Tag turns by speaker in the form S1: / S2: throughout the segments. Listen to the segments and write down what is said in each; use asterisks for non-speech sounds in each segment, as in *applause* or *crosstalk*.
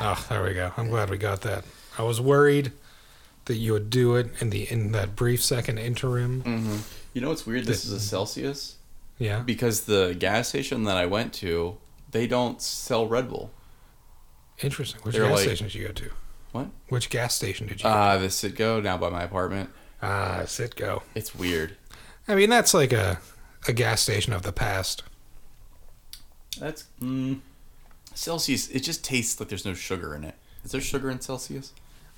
S1: Oh, there we go. I'm glad we got that. I was worried that you would do it in the in that brief second interim.
S2: Mm. You know what's weird? This is a Celsius
S1: Yeah.
S2: because the gas station that I went to, they don't sell Red Bull.
S1: Interesting. Which
S2: They're
S1: gas
S2: like-
S1: station did you go to?
S2: What?
S1: Which gas station did you? go
S2: Uh, the Citgo now by my apartment.
S1: to? Ah, Citgo.
S2: It's weird.
S1: I mean, that's like a a gas station of the past.
S2: That's mm, Celsius. It just tastes like there's no sugar in it. Is there sugar in Celsius?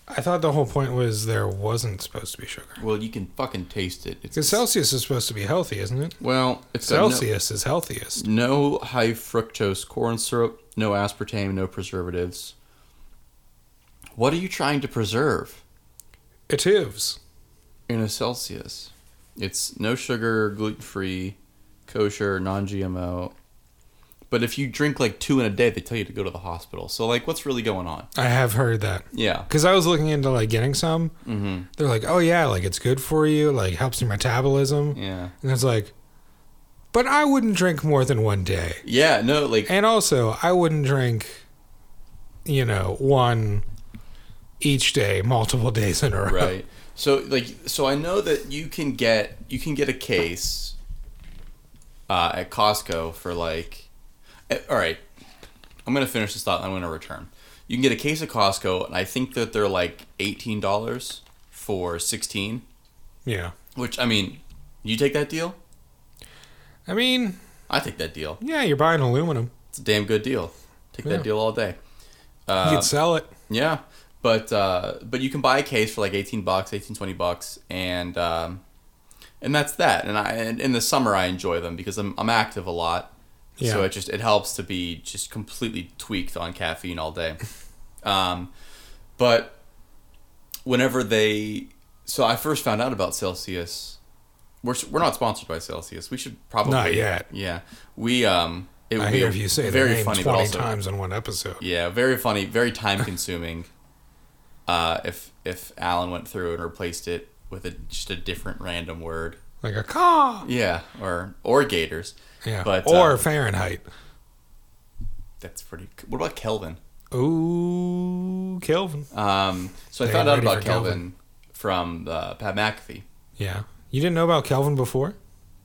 S1: I thought the whole point was there wasn't supposed to be sugar.
S2: Well, you can fucking taste it. It's
S1: Because Celsius is supposed to be healthy, isn't it?
S2: Well, it's got no-
S1: Celsius is healthiest.
S2: No high fructose corn syrup, no aspartame, no preservatives. What are you trying to preserve
S1: It is.
S2: in a Celsius? It's no sugar, gluten free, kosher, non GMO. But if you drink like two in a day, they tell you to go to the hospital. So, like, what's really going on?
S1: I have heard that.
S2: Yeah.
S1: Because I was looking into like getting some.
S2: Mm-hmm.
S1: They're like, oh yeah, like it's good for you, like helps your metabolism.
S2: Yeah.
S1: And it's like, but I wouldn't drink more than one day.
S2: Yeah, no, like, *laughs*
S1: And also, I wouldn't drink, you know, one each day, multiple days in a row.
S2: right so like so i know that you can get you can get a case uh, at costco for like eh, all right i'm gonna finish this thought and i'm gonna return you can get a case at costco and i think that they're like $18 for 16
S1: Yeah.
S2: which i mean you take that deal
S1: I mean,
S2: i take that deal
S1: yeah, you're buying aluminum.
S2: it's a damn good deal take
S1: Yeah.
S2: that deal all day
S1: You
S2: Uh,
S1: could sell it.
S2: Yeah, but uh, but you can buy a case for like eighteen bucks, 18, 20 bucks, and um, and that's that. And I and in the summer I enjoy them because I'm I'm active a lot, so
S1: Yeah.
S2: it just it helps to be just completely tweaked on caffeine all
S1: *laughs*
S2: day. um, but whenever they, so I first found out about Celsius. We're, s- we're not sponsored by Celsius. We should probably
S1: Not yet.
S2: Yeah, we um. It would
S1: I
S2: be
S1: hear if you say
S2: very
S1: the name
S2: funny, but
S1: 20
S2: also-
S1: times in one episode.
S2: yeah, very funny, very time consuming. *laughs* uh, if if Alan went through and replaced it with a, just a different random word,
S1: Like a car.
S2: yeah, or or Gators,
S1: Yeah.
S2: But,
S1: or
S2: uh,
S1: Fahrenheit.
S2: that's pretty. c- What about Kelvin?
S1: Ooh, Kelvin.
S2: Um, so I
S1: They
S2: found
S1: are
S2: out
S1: ready
S2: about
S1: for Kelvin.
S2: Kelvin, from uh, Pat McAfee.
S1: Yeah. You didn't know about Kelvin before?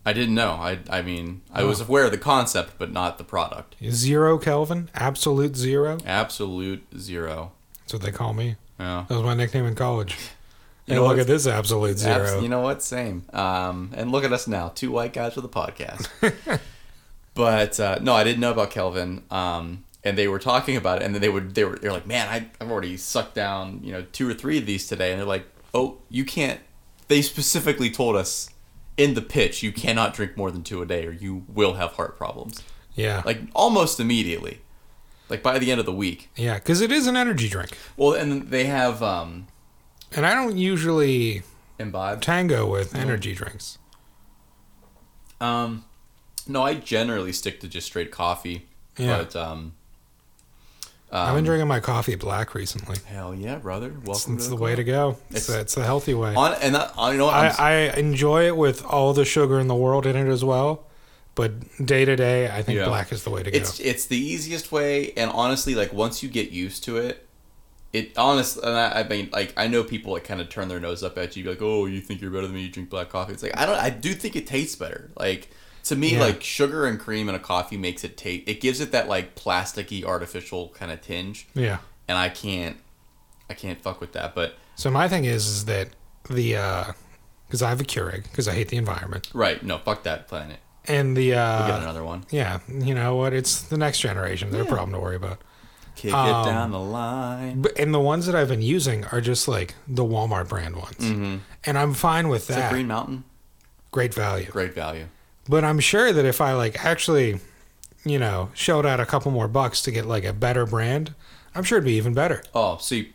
S2: I didn't know. I I mean, I was aware of the concept, but not the product.
S1: Zero Kelvin? Absolute zero?
S2: Absolute zero.
S1: That's what they call me.
S2: Yeah.
S1: That was my nickname in college.
S2: You
S1: And
S2: know
S1: look
S2: what's-
S1: at this absolute zero.
S2: Abs- you know what? Same. Um, and look at us now, two white guys with a
S1: *laughs*
S2: podcast. but uh, no, I didn't know about Kelvin. Um, and they were talking about it, and then they would they were they're like, man, I, I've already sucked down you know two or three of these today, and they're like, oh, you can't. They specifically told us in the pitch, you cannot drink more than two a day, or you will have heart problems.
S1: yeah.
S2: Like almost immediately, like by the end of the week.
S1: yeah, because it is an energy drink.
S2: Well, and they have um,
S1: And I don't usually
S2: imbibed.
S1: tango with
S2: Mm-hmm.
S1: energy drinks.
S2: Um, no, I generally stick to just straight coffee.
S1: Yeah.
S2: But um,
S1: I've been drinking my coffee black recently.
S2: hell yeah, brother, Um, welcome.
S1: It's
S2: to
S1: the way to go. It's,
S2: It's-
S1: it's the healthy way.
S2: On and that, on- you know what? I'm,
S1: I, I enjoy it with all the sugar in the world in it as well. But day to day, I think
S2: Yeah.
S1: black is the way to go.
S2: it's it's the easiest way, and honestly, like once you get used to it, it honestly, and I, I mean, like I know people like kind of turn their nose up at you, like, oh, you think you're better than me? You drink black coffee? It's like I don't. I do think it tastes better. Like to me,
S1: Yeah.
S2: like sugar and cream in a coffee makes it taste. It gives it that like plasticky, artificial kind of tinge,
S1: yeah.
S2: and I can't, I can't fuck with that. But
S1: So my thing is, is that the because I have a Keurig because I hate the environment
S2: Right. No, fuck that planet.
S1: and the
S2: We got
S1: uh,
S2: another one.
S1: yeah, you know what? It's the next generation. Their problem to worry about.
S2: Kick it
S1: um,
S2: down the line.
S1: But and the ones that I've been using are just like the Walmart brand ones, and I'm fine with
S2: Is it
S1: that.
S2: Mm-hmm. Green Mountain?
S1: Great value.
S2: Great value.
S1: But I'm sure that if I like actually, you know, shelled out a couple more bucks to get like a better brand, I'm sure it'd be even better.
S2: Oh, see,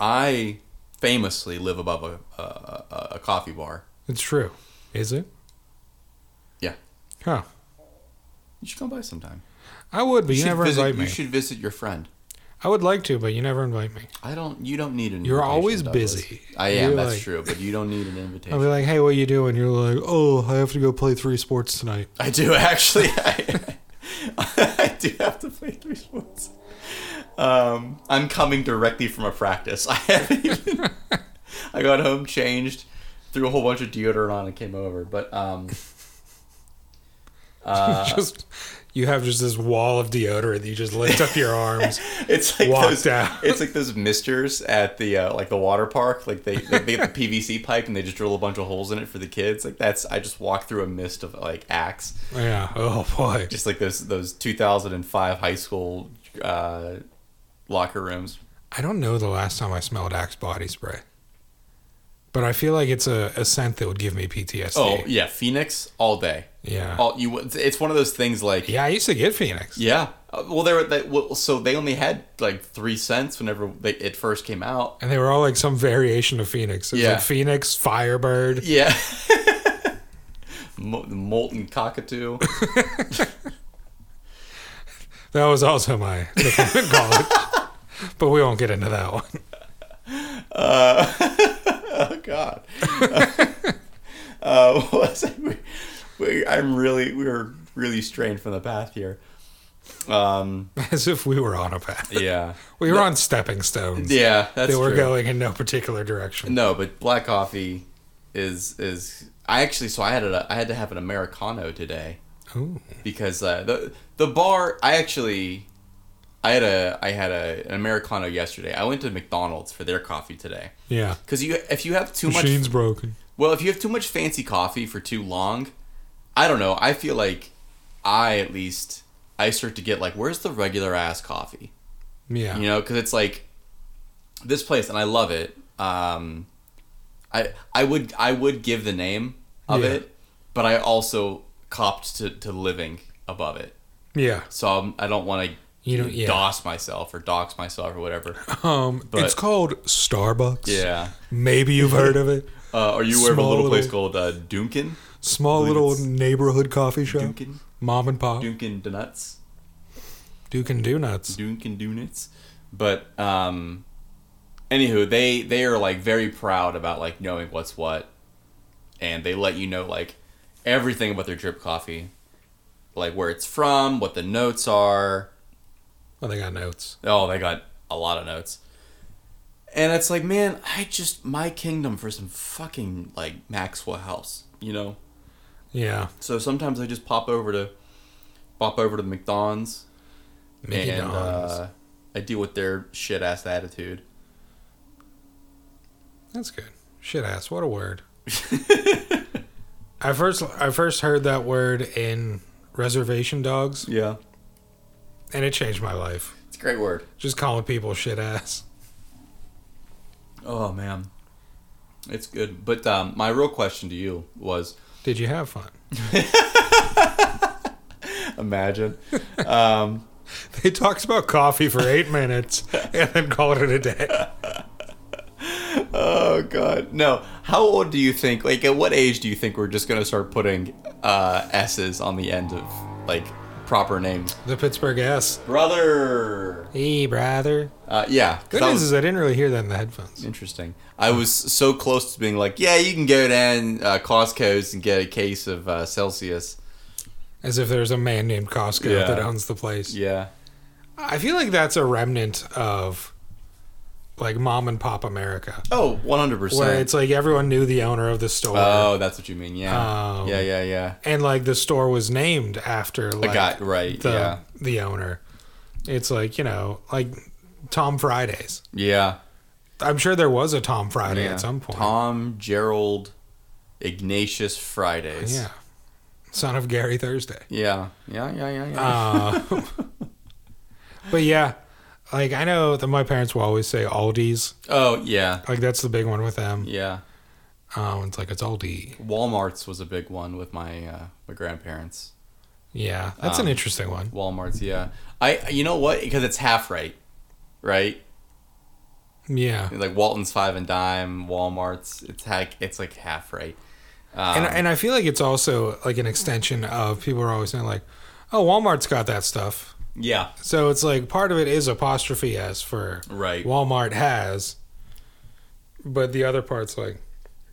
S2: I famously live above a, a, a, a coffee bar.
S1: It's true, is it?
S2: Yeah.
S1: Huh.
S2: You should come by sometime.
S1: I would, but you,
S2: should
S1: never
S2: visit,
S1: invite me.
S2: You should visit your friend.
S1: I would like to, but you never invite me.
S2: I don't. You don't need an.
S1: You're
S2: invitation,
S1: always
S2: Douglas.
S1: busy.
S2: I am.
S1: You're
S2: that's
S1: like-
S2: true. But you don't need an
S1: I'll be
S2: invitation.
S1: like, hey, what you doing?
S2: *laughs*
S1: You're like, oh, I have to go play three sports tonight.
S2: I do actually. I, I do have to play three sports. Um, I'm coming directly from a practice. *laughs* I haven't even. I got home, changed, threw a whole bunch of deodorant on, and came over. But um, Uh-huh.
S1: *laughs* just you have just this wall of deodorant that you just lift up
S2: *laughs*
S1: your arms.
S2: it's like
S1: Walked
S2: those,
S1: out.
S2: It's like those misters at the uh, like the water park. Like they they, they get the PVC pipe and they just drill a bunch of holes in it for the kids. Like that's I just walk through a mist of like Axe.
S1: Yeah. Oh boy.
S2: just like those those 2005 high school uh, locker rooms.
S1: I don't know the last time I smelled Axe body spray, but I feel like it's a, a scent that would give me PTSD.
S2: Oh yeah, Phoenix all day.
S1: yeah.
S2: All you. It's one of those things like yeah.
S1: yeah, I used to get Phoenix.
S2: Uh, Well, there were they, well, so they only had like three cents whenever they, it first came out.
S1: And they were all like some variation of Phoenix. It was
S2: Yeah.
S1: like Phoenix, Firebird.
S2: Yeah. *laughs* Mo- Molten cockatoo.
S1: That was also my *laughs* nickname in college. But we won't get into that one. *laughs*
S2: oh God. *laughs* uh, *laughs* what was I, we, we, I'm really we were really straying from the path here. *laughs* Um.
S1: As if we were on a path.
S2: Yeah.
S1: We were on stepping stones.
S2: Yeah. That's
S1: they were
S2: true.
S1: going in no particular direction.
S2: No, but black coffee is is I actually so I had a I had to have an americano today
S1: Ooh.
S2: because uh, the the bar I actually I had a I had a, an americano yesterday. I went to McDonald's for their coffee today
S1: Yeah.
S2: because you if you have too much
S1: Machine's broken.
S2: well, if you have too much fancy coffee for too long, I don't know. I feel like I at least I start to get like where's the regular ass coffee?
S1: Yeah.
S2: you know because it's like this place and i love it um i i would i would give the name of
S1: Yeah.
S2: it but i also copped to, to living above it
S1: Yeah.
S2: so I'm, i don't want to
S1: You don't- yeah.
S2: doss myself or dox myself or whatever
S1: *laughs* Um,
S2: But-
S1: it's called Starbucks.
S2: yeah
S1: Maybe
S2: *laughs*
S1: you've heard of it.
S2: uh, are you aware of a
S1: Small
S2: little, place
S1: little-
S2: called uh, Dunkin?
S1: Small
S2: Believe
S1: little
S2: it's-
S1: neighborhood coffee shop.
S2: Dunkin?
S1: Mom and pop.
S2: Dunkin' Donuts?
S1: Dukin Donuts.
S2: Dunkin' Donuts? But, um, anywho, they, they are, like, very proud about, like, knowing what's what. and they let you know like everything about their drip coffee, like where it's from, what the notes are.
S1: Oh, they got notes.
S2: Oh, they got a lot of notes. And it's like, man, I just my kingdom for some fucking like Maxwell House, you know.
S1: Yeah.
S2: So sometimes I just pop over to pop over to the McDonald's
S1: Mickey
S2: and
S1: Don's.
S2: uh, I deal with their shit ass attitude.
S1: That's good. Shit ass. What
S2: *laughs*
S1: a word. I first I first heard that word in Reservation Dogs,
S2: Yeah,
S1: and it changed my life.
S2: it's a great word.
S1: Just calling people shit ass.
S2: Oh man, it's good. But um, my real question to you was,
S1: Did you have fun? *laughs*
S2: *laughs* imagine. Um,
S1: They talked about coffee for eight minutes
S2: *laughs*
S1: and then called it a day.
S2: Oh god, no! How old do you think? Like, at what age do you think we're just gonna start putting uh, s's on the end of like proper names?
S1: The Pittsburgh ass.
S2: Brother.
S1: Hey, brother.
S2: Uh, yeah, 'cause
S1: Good
S2: that
S1: news
S2: was
S1: is I didn't really hear that in the headphones.
S2: interesting. I was so close to being like, yeah, you can go down uh, Costco's and get a case of uh, Celsius.
S1: As if there's a man named Costco
S2: Yeah.
S1: that owns the place.
S2: Yeah,
S1: I feel like that's a remnant of like mom and pop America.
S2: oh, one hundred
S1: Where
S2: percent.
S1: it's like everyone knew the owner of the store.
S2: Oh, that's what you mean. Yeah,
S1: Um,
S2: yeah, yeah, yeah.
S1: and like the store was named after
S2: I
S1: like
S2: got right.
S1: the
S2: yeah,
S1: the owner. It's like you know, like Tom Fridays.
S2: yeah.
S1: I'm sure there was a Tom Friday
S2: yeah.
S1: at some point.
S2: Tom Gerald Ignatius Fridays.
S1: Yeah, son of Gary Thursday.
S2: Yeah, yeah, yeah, yeah, yeah.
S1: Uh, but yeah, like I know that my parents will always say Aldi's.
S2: oh yeah,
S1: Like that's the big one with them.
S2: yeah.
S1: Um, it's like it's Aldi.
S2: Walmart's was a big one with my uh, my grandparents.
S1: Yeah, that's
S2: Um,
S1: an interesting one.
S2: Walmart's, yeah. I you know what? Because it's half right, right?
S1: Yeah,
S2: Like Walton's five and dime, Walmart's. It's like it's like half right. Um,
S1: and and I feel like it's also like an extension of people are always saying like, oh, Walmart's got that stuff.
S2: yeah,
S1: So it's like part of it is apostrophe S for
S2: right.
S1: Walmart has, but the other part's like,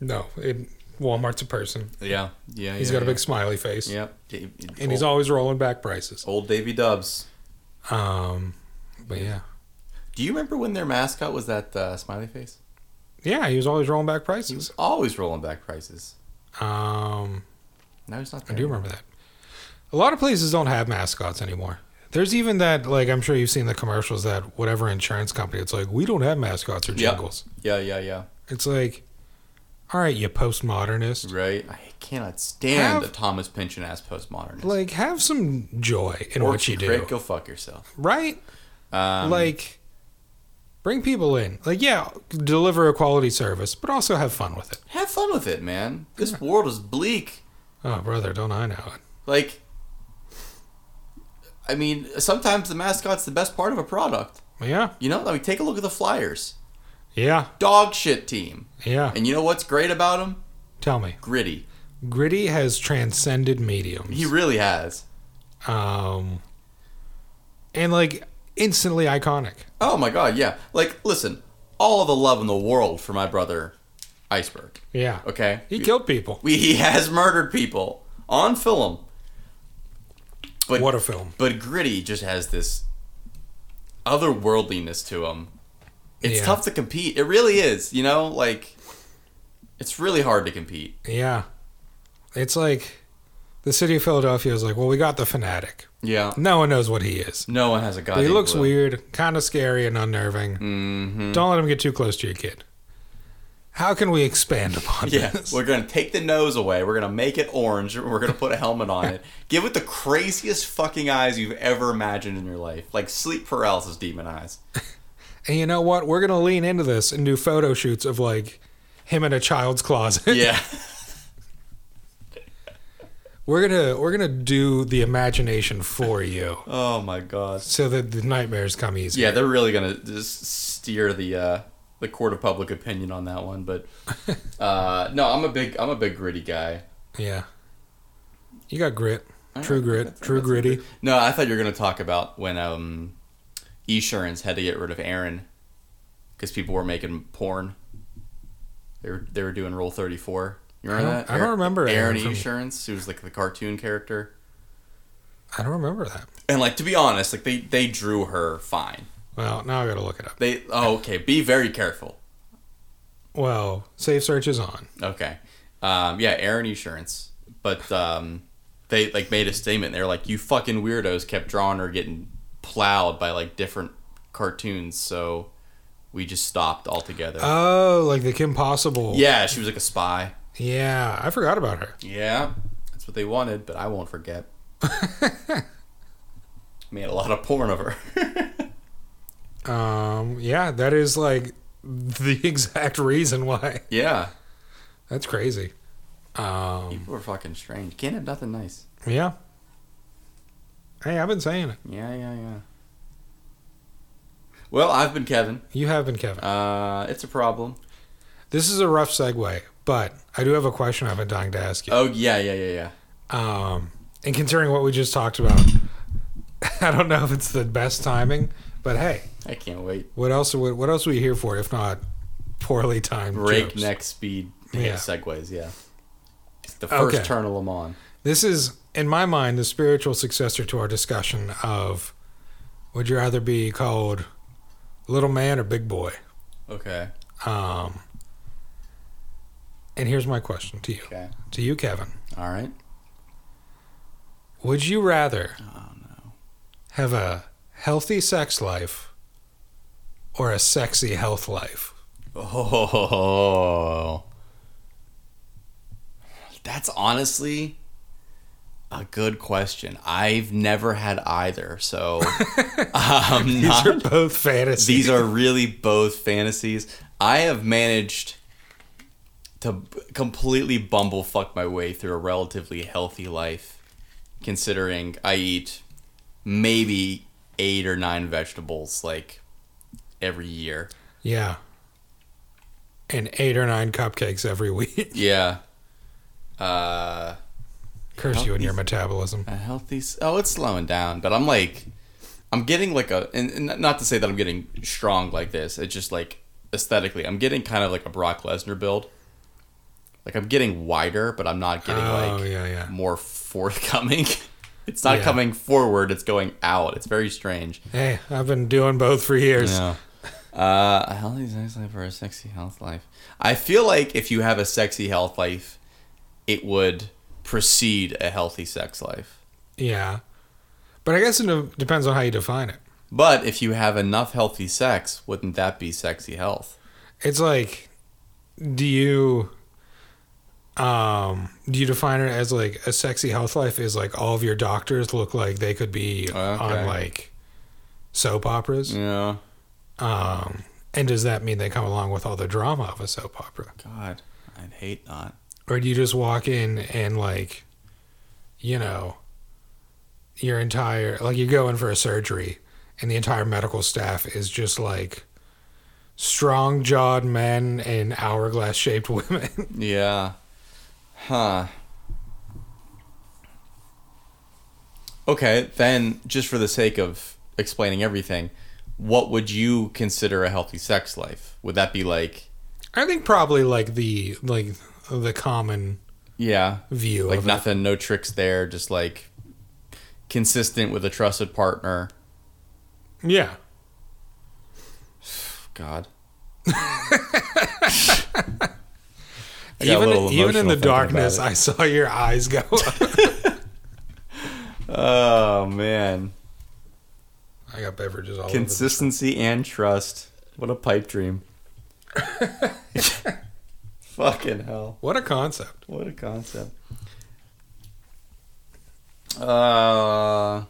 S1: no, it, Walmart's a person.
S2: yeah, yeah.
S1: He's
S2: yeah,
S1: got
S2: yeah.
S1: a big smiley face,
S2: Yep.
S1: and he's always rolling back prices.
S2: old Davy Dubs.
S1: Um, but yeah.
S2: Do you remember when their mascot was that uh, smiley face?
S1: Yeah, he was always rolling back
S2: He
S1: prices.
S2: was always rolling back prices.
S1: Um,
S2: Now he's not
S1: I
S2: there.
S1: do remember that. A lot of places don't have mascots anymore. There's even that, like, I'm sure you've seen the commercials that whatever insurance company, it's like, we don't have mascots or
S2: Yeah.
S1: jingles.
S2: Yeah, yeah, yeah.
S1: It's like, all right, you postmodernist.
S2: Right. I cannot stand
S1: Have-
S2: the Thomas Pynchon ass postmodernist.
S1: Like, have some joy in
S2: Or
S1: what you do.
S2: Crick, go fuck yourself.
S1: right?
S2: Um,
S1: like, bring people in. Like, yeah, deliver a quality service, but also have fun with it.
S2: have fun with it, man. This world is bleak.
S1: Oh, brother, don't I know it?
S2: Like, I mean, sometimes the mascot's the best part of a product.
S1: Yeah,
S2: You know, I mean, take a look at the Flyers.
S1: yeah,
S2: Dog shit team.
S1: yeah.
S2: And you know what's great about him?
S1: Tell me,
S2: Gritty.
S1: Gritty has transcended mediums.
S2: He really has.
S1: um, and like instantly iconic.
S2: Oh my god, yeah. Like, listen, all the love in the world for my brother, Iceberg.
S1: Yeah,
S2: Okay?
S1: he killed people.
S2: We, he has murdered people on film. But
S1: What a film!
S2: but Gritty just has this otherworldliness to him. It's
S1: Yeah.
S2: tough to compete. It really is, you know? Like it's really hard to compete.
S1: Yeah, it's like the city of Philadelphia is like, well, we got the fanatic.
S2: Yeah.
S1: No one knows what he is.
S2: No one has a
S1: But
S2: goddamn
S1: he looks
S2: clue.
S1: weird, kind of scary and unnerving.
S2: Mhm.
S1: Don't let him get too close to your kid. How can we expand *laughs* upon
S2: *laughs* Yeah,
S1: this?
S2: we're gonna take the nose away. We're gonna make it orange. We're gonna put a helmet on
S1: *laughs*
S2: it. Give it the craziest fucking eyes you've ever imagined in your life, like sleep paralysis demon
S1: *laughs*
S2: eyes.
S1: And you know what? We're gonna lean into this and do photo shoots of like him in a child's closet. *laughs*
S2: Yeah,
S1: We're gonna we're gonna do the imagination for you
S2: Oh my god.
S1: so that the nightmares come easy.
S2: Yeah, they're really gonna just steer the uh, the court of public opinion on that one.
S1: *laughs*
S2: But uh, no, I'm a big I'm a big gritty guy.
S1: Yeah. You got grit.
S2: All
S1: True
S2: right,
S1: grit.
S2: that's-
S1: True
S2: that's
S1: gritty.
S2: good. No, I thought you were gonna talk about when um, Esurance had to get rid of Aaron because people were making porn. They were they were doing Rule Thirty Four. You remember
S1: I don't-
S2: that?
S1: I don't
S2: Aaron-
S1: remember
S2: Aaron,
S1: Aaron from-
S2: Esurance, who was like the cartoon character.
S1: I don't remember that.
S2: And like to be honest, like they they drew her fine.
S1: Well, now I gotta look it up.
S2: They oh okay, be very careful.
S1: Well, safe search is on.
S2: Okay. Um, yeah, Aaron Insurance. But um, they like made a statement. They're like, "You fucking weirdos kept drawing her getting plowed by like different cartoons, so we just stopped altogether."
S1: Oh, like the Kim Possible.
S2: yeah, she was like a spy.
S1: Yeah, I forgot about her.
S2: Yeah, that's what they wanted, but I won't forget. Made a lot of porn of her.
S1: Um, yeah, that is like *laughs* the exact reason why.
S2: yeah,
S1: That's crazy. Um,
S2: people are fucking strange. Can't have nothing nice.
S1: yeah. Hey, I've been saying it.
S2: Yeah, yeah, yeah. Well, I've been Kevin.
S1: You have been, Kevin.
S2: Uh, it's a problem.
S1: This is a rough segue, but I do have a question I've been dying to ask you.
S2: Oh yeah, yeah, yeah, yeah.
S1: Um, and considering what we just talked about, *laughs* I don't know if it's the best timing, but hey,
S2: I can't wait.
S1: what else? What, what else are we here for if not poorly timed jokes?
S2: Breakneck speed to hit
S1: Yeah.
S2: segues, yeah. It's the first
S1: Okay.
S2: turn of Le Mans.
S1: This is, in my mind, the spiritual successor to our discussion of would you rather be called little man or big boy?
S2: Okay.
S1: Um, and here's my question to you,
S2: Okay.
S1: to you, Kevin.
S2: All right.
S1: Would you rather
S2: Oh no.
S1: have a healthy sex life or a sexy
S2: *laughs*
S1: health life?
S2: Oh. That's honestly a good question. I've never had either,
S1: *laughs*
S2: so I'm
S1: These
S2: not
S1: are both fantasies.
S2: These are really both fantasies. I have managed to b- completely bumblefuck my way through a relatively healthy life, considering I eat maybe eight or nine vegetables like every year.
S1: yeah. And eight or nine cupcakes every week. *laughs*
S2: Yeah. Uh,
S1: Curse you and your metabolism.
S2: a healthy. s- Oh, it's slowing down, but I'm like, I'm getting like a, and, and not to say that I'm getting strong like this. It's just like aesthetically, I'm getting kind of like a Brock Lesnar build. Like I'm getting wider, but I'm not getting
S1: Oh
S2: like
S1: yeah, yeah.
S2: more forthcoming. *laughs* It's not
S1: Yeah.
S2: coming forward, it's going out. It's very strange.
S1: Hey, I've been doing both for years.
S2: Yeah. *laughs* Uh, a healthy sex life or a sexy health life? I feel like if you have a sexy health life, it would precede a healthy sex life.
S1: Yeah. But I guess it de- depends on how you define it.
S2: But if you have enough healthy sex, wouldn't that be sexy health?
S1: It's like, do you, um, do you define it as like a sexy health life is like all of your doctors look like they could be
S2: Okay. Mm.
S1: on like soap operas?
S2: Yeah.
S1: Um, and does that mean they come along with all the drama of a soap opera?
S2: God, I'd hate not.
S1: Or do you just walk in and like, you know, your entire like you go in for a surgery and the entire medical staff is just like strong jawed men and hourglass shaped *laughs* women.
S2: Yeah. Huh. Okay, then just for the sake of explaining everything, what would you consider a healthy sex life? Would that be like,
S1: I think probably like the like the common
S2: yeah,
S1: view
S2: like
S1: of it.
S2: nothing, no tricks there, just like consistent with a trusted partner?
S1: Yeah.
S2: *laughs* God. I got a
S1: Even
S2: little
S1: even in
S2: emotional
S1: the
S2: thinking about
S1: darkness
S2: it.
S1: I saw your eyes go up. *laughs*
S2: Oh, man.
S1: I got beverages all over the
S2: Consistency and trust. What a pipe *laughs* dream. Fucking hell.
S1: What a concept.
S2: What a concept. Uh,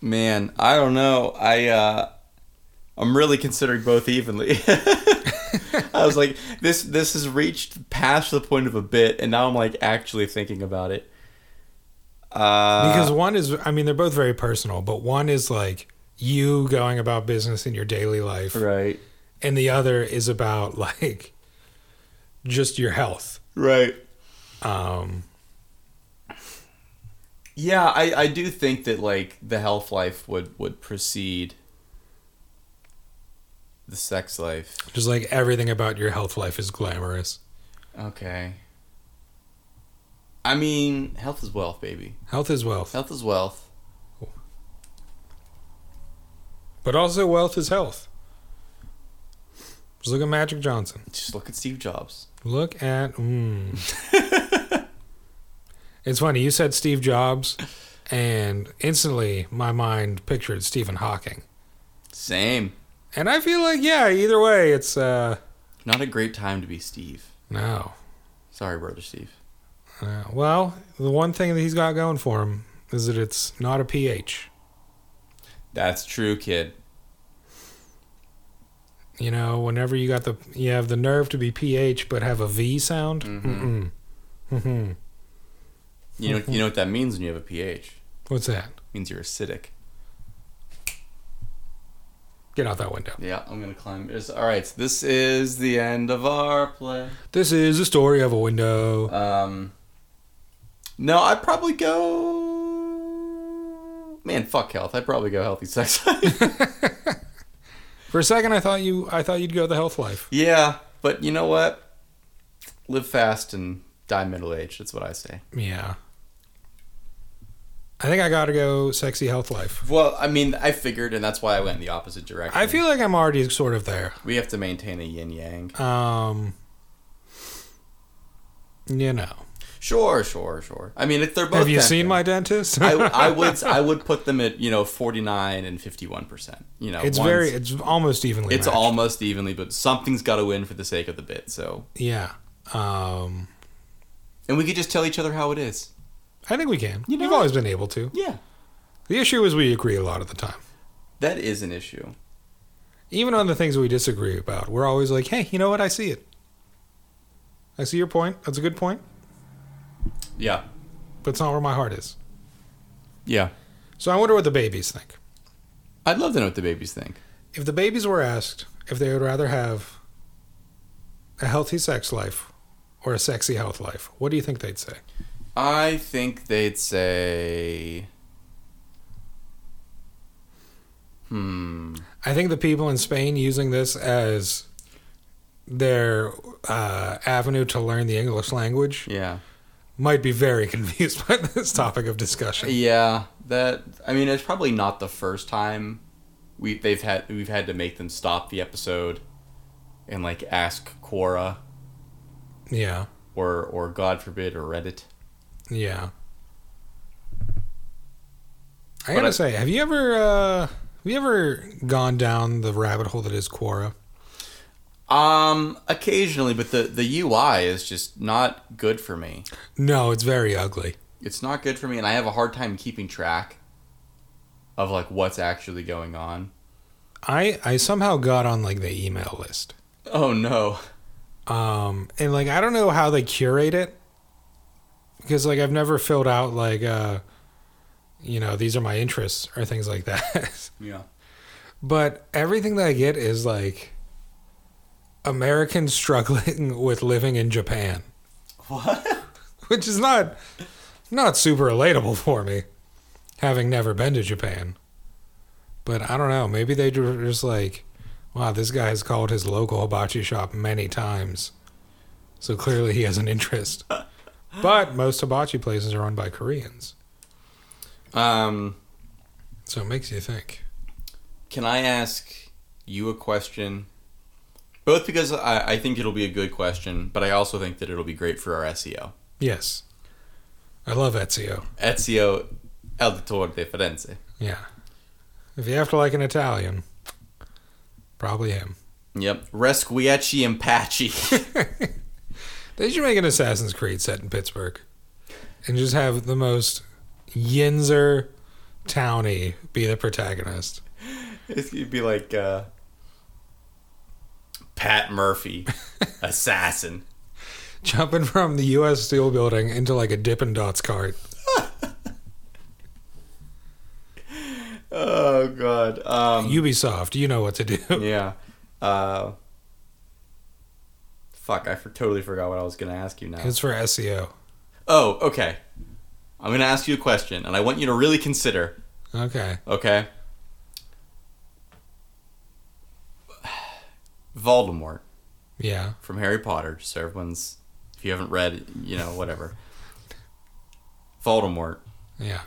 S2: man, I don't know. I uh, I'm really considering both evenly. *laughs* I was like, this this has reached past the point of a bit, and now I'm like actually thinking about it. Uh,
S1: because one is i mean they're both very personal but one is like you going about business in your daily life
S2: right,
S1: and the other is about *laughs* like just your health
S2: right.
S1: um
S2: Yeah, I, I do think that like the health life would would precede the sex life.
S1: just like everything about your health life is glamorous
S2: Okay. I mean, health is wealth, baby.
S1: health is wealth
S2: Health is wealth.
S1: but also wealth is health just look at magic johnson
S2: Just look at Steve Jobs.
S1: look at mm. it's funny you said steve jobs and instantly my mind pictured stephen hawking
S2: Same.
S1: And I feel like, yeah, either way, it's uh
S2: Not a great time to be Steve.
S1: no.
S2: Sorry, brother Steve.
S1: Uh, well, the one thing that he's got going for him is that it's not a pH.
S2: That's true, kid.
S1: You know, whenever you got the you have the nerve to be pH but have a V sound. Mm-mm. Mm-hmm.
S2: You know you know what that means when you have a pH.
S1: What's that?
S2: It means you're acidic.
S1: Get out that window.
S2: Yeah, I'm gonna climb. It's, all right, so this is the end of our play.
S1: This is the story of a window.
S2: Um, no, I'd probably go. Man, fuck health. I'd probably go healthy sex *laughs* life.
S1: For a second, I thought you I thought you'd go the health life.
S2: yeah, but you know what? Live fast and die middle aged. That's what I say.
S1: Yeah. I think I got to go sexy health life.
S2: Well, I mean, I figured, and that's why I went in the opposite direction.
S1: I feel like I'm already sort of there.
S2: we have to maintain a yin yang.
S1: Um you know.
S2: Sure, sure, sure. I mean, if they're both.
S1: Have you seen
S2: tempting.
S1: my dentist? *laughs*
S2: I, I would I would put them at you know forty nine and fifty one percent. You know,
S1: it's
S2: one's-
S1: very, it's almost evenly.
S2: it's
S1: matched.
S2: almost evenly, but something's got to win for the sake of the bit. So
S1: Yeah. Um,
S2: And we could just tell each other how it is.
S1: I think we can.
S2: You know
S1: We've
S2: what?
S1: always been able to.
S2: Yeah.
S1: The issue is we agree a lot of the time,
S2: That is an issue.
S1: even on the things we disagree about. We're always like, hey, you know what? I see it. I see your point. That's a good point,
S2: Yeah.
S1: but it's not where my heart is.
S2: Yeah.
S1: So I wonder what the babies think.
S2: I'd love to know what the babies think.
S1: If the babies were asked if they would rather have a healthy sex life or a sexy health life, what do you think they'd say?
S2: I think they'd say. Hmm.
S1: I think the people in Spain using this as their uh, avenue to learn the English language
S2: Yeah.
S1: might be very *laughs* confused by this topic of discussion.
S2: Yeah, that I mean, it's probably not the first time we they've had we've had to make them stop the episode and like ask Quora
S1: Yeah,
S2: or or God forbid or Reddit.
S1: yeah. I
S2: But
S1: gotta
S2: I-
S1: say, have you ever uh, have you ever gone down the rabbit hole that is Quora?
S2: Um, occasionally, but the the UI is just not good for me.
S1: No, it's very ugly.
S2: It's not good for me, and I have a hard time keeping track of like what's actually going on.
S1: I I somehow got on like the email list.
S2: Oh no.
S1: um and like i don't know how they curate it because like i've never filled out like uh you know these are my interests or things like that *laughs*
S2: Yeah.
S1: but everything that i get is like americans *laughs* struggling with living in japan
S2: What?
S1: *laughs* which is not not super relatable for me having never been to japan but i don't know maybe they were just like wow this guy has called his local hibachi shop many times so clearly he has an interest but most hibachi places are run by koreans
S2: Um,
S1: so it makes you think
S2: can I ask you a question? Both because I, I think it'll be a good question, but I also think that it'll be great for our E SEO.
S1: yes i love ezio
S2: SEO E El Dottore de Firenze.
S1: yeah if you have to like an italian probably him
S2: Yep. Resquieci and Patchy. *laughs*
S1: They should make an Assassin's Creed set in Pittsburgh, and just have the most Yinzer townie be the protagonist.
S2: It'd be like uh, Pat *laughs* Murphy, assassin.
S1: Jumping from the U.S. Steel Building into like a Dippin' Dots cart.
S2: Oh God. Um,
S1: Ubisoft, you know what to do.
S2: yeah. Uh, fuck, I for- totally forgot what I was gonna ask you now.
S1: *laughs* It's for E SEO.
S2: Oh, okay. I'm gonna ask you a question, and I want you to really consider.
S1: Okay.
S2: Okay. *sighs* Voldemort
S1: Yeah.
S2: from Harry Potter. Just so everyone's, if you haven't read, you know, whatever. Voldemort.
S1: Yeah.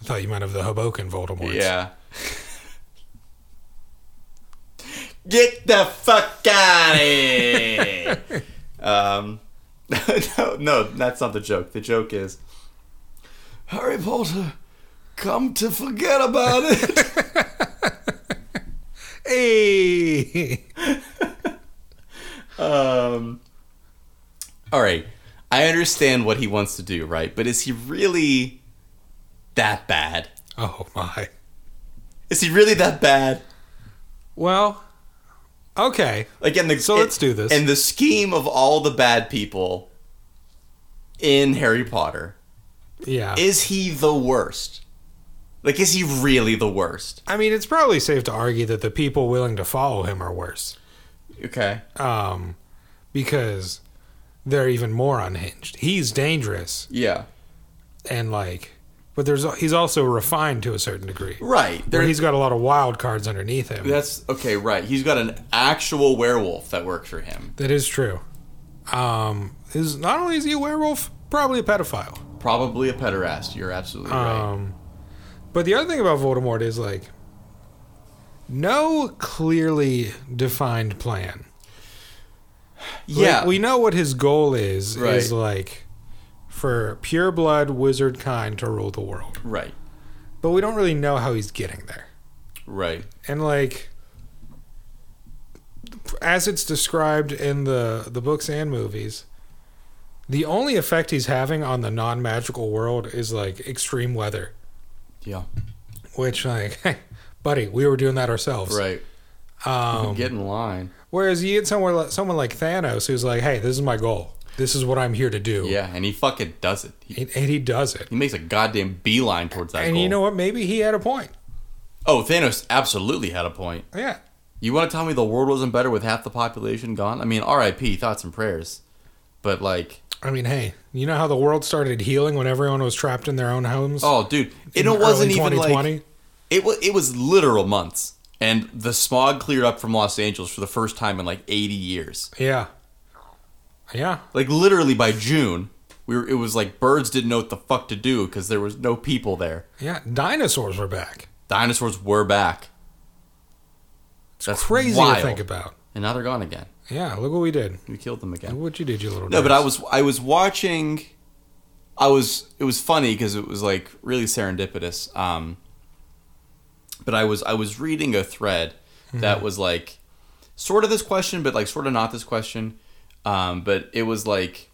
S1: I thought you might have the Hoboken Voldemort.
S2: Yeah. *laughs* Get the fuck out of
S1: *laughs*
S2: here. um, *laughs* no, no, that's not the joke. The joke is Harry Potter, come to forget about
S1: *laughs*
S2: it. *laughs*
S1: Hey. *laughs*
S2: um, all right. I understand what he wants to do, right? But is he really that bad?
S1: oh my.
S2: Is he really that bad?
S1: Well. Okay.
S2: Like in the
S1: So let's do this.
S2: In the scheme of all the bad people in Harry Potter,
S1: Yeah.
S2: is he the worst? Like, is he really the worst?
S1: I mean, it's probably safe to argue that the people willing to follow him are worse.
S2: Okay.
S1: um, because they're even more unhinged. He's dangerous
S2: Yeah.
S1: and like, but there's he's also refined to a certain degree.
S2: Right.
S1: Where
S2: There,
S1: he's got a lot of wild cards underneath him.
S2: that's okay. Right. He's got an actual werewolf that works for him.
S1: that is true. Um, is not only is he a werewolf, probably a pedophile.
S2: Probably a pederast. You're absolutely right.
S1: Um, but the other thing about Voldemort is like no clearly defined plan. Like,
S2: Yeah.
S1: we know what his goal is.
S2: Right.
S1: Is like for pure blood wizard kind to rule the world.
S2: right.
S1: but we don't really know how he's getting there.
S2: Right.
S1: And like as it's described in the the books and movies, the only effect he's having on the non-magical world is like extreme weather,
S2: Yeah.
S1: which like *laughs* buddy, we were doing that ourselves.
S2: Right.
S1: Um
S2: Get in line.
S1: whereas you get somewhere like someone like Thanos who's like, "Hey, this is my goal. This is what I'm here to do."
S2: Yeah. And he fucking does it. He,
S1: And, and he does it.
S2: he makes a goddamn beeline towards that
S1: And
S2: goal.
S1: you know what? Maybe he had a point.
S2: oh, Thanos absolutely had a point.
S1: Yeah.
S2: You want to tell me the world wasn't better with half the population gone? I mean, R.I.P. Thoughts and prayers, but like,
S1: I mean, hey, you know how the world started healing when everyone was trapped in their own homes?
S2: oh, dude, it
S1: in the
S2: wasn't
S1: early
S2: even like
S1: 2020?
S2: it was. It was literal months. and the smog cleared up from Los Angeles for the first time in like 80 years.
S1: Yeah. Yeah.
S2: Like literally by June, we were, it was like birds didn't know what the fuck to do because there was no people there.
S1: Yeah. Dinosaurs were back.
S2: Dinosaurs were back,
S1: It's
S2: That's
S1: crazy
S2: wild.
S1: to think about.
S2: and now they're gone again.
S1: Yeah. Look what we did.
S2: We killed them
S1: Look
S2: again.
S1: what you did, you little.
S2: No, but
S1: nerds.
S2: I was I was watching. I was it was funny because it was like really serendipitous. Um, but I was I was reading a thread
S1: Mm-hmm.
S2: that was like sort of this question, but like sort of not this question. Um, but it was like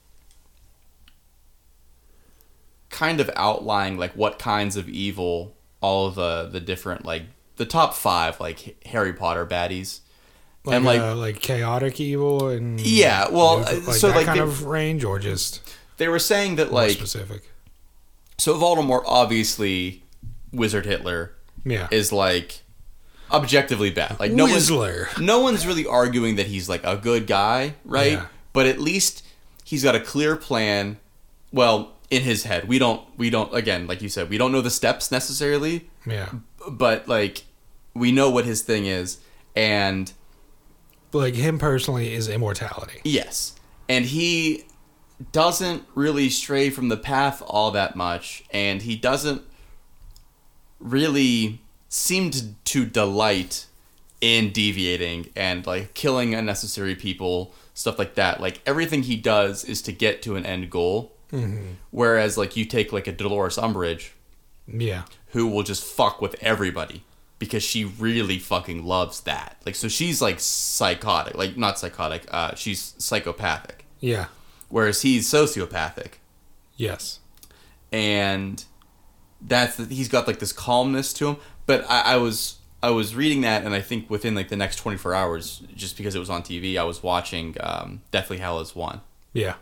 S2: kind of outlining like what kinds of evil all of the the different like the top five like Harry Potter baddies.
S1: like,
S2: and, like-
S1: uh, like chaotic evil and
S2: Yeah, well,
S1: Mm-hmm. like,
S2: uh, so,
S1: that
S2: like,
S1: kind
S2: they-
S1: of range or just
S2: They were saying that
S1: more
S2: like
S1: specific.
S2: so Voldemort obviously Wizard Hitler
S1: Yeah.
S2: is like objectively bad. Like no one's
S1: Whistler.
S2: no one's really arguing that he's like a good guy, right?
S1: Yeah.
S2: But at least he's got a clear plan. Well, in his head, we don't we don't again, like you said, we don't know the steps necessarily,
S1: Yeah.
S2: but like we know what his thing is, and
S1: But, like him personally is immortality.
S2: Yes. And he doesn't really stray from the path all that much, and he doesn't really seem to, to delight in deviating and like killing unnecessary people, stuff like that. Like everything he does is to get to an end goal. Whereas, like, you take like a Dolores Umbridge,
S1: Yeah.
S2: who will just fuck with everybody because she really fucking loves that. Like, so she's like psychotic, like not psychotic. Uh, she's psychopathic,
S1: Yeah.
S2: whereas he's sociopathic,
S1: Yes.
S2: and that's the, he's got like this calmness to him. But I, I was I was reading that, and I think within like the next twenty four hours, just because it was on TV, I was watching um, Deathly Hallows one
S1: Yeah.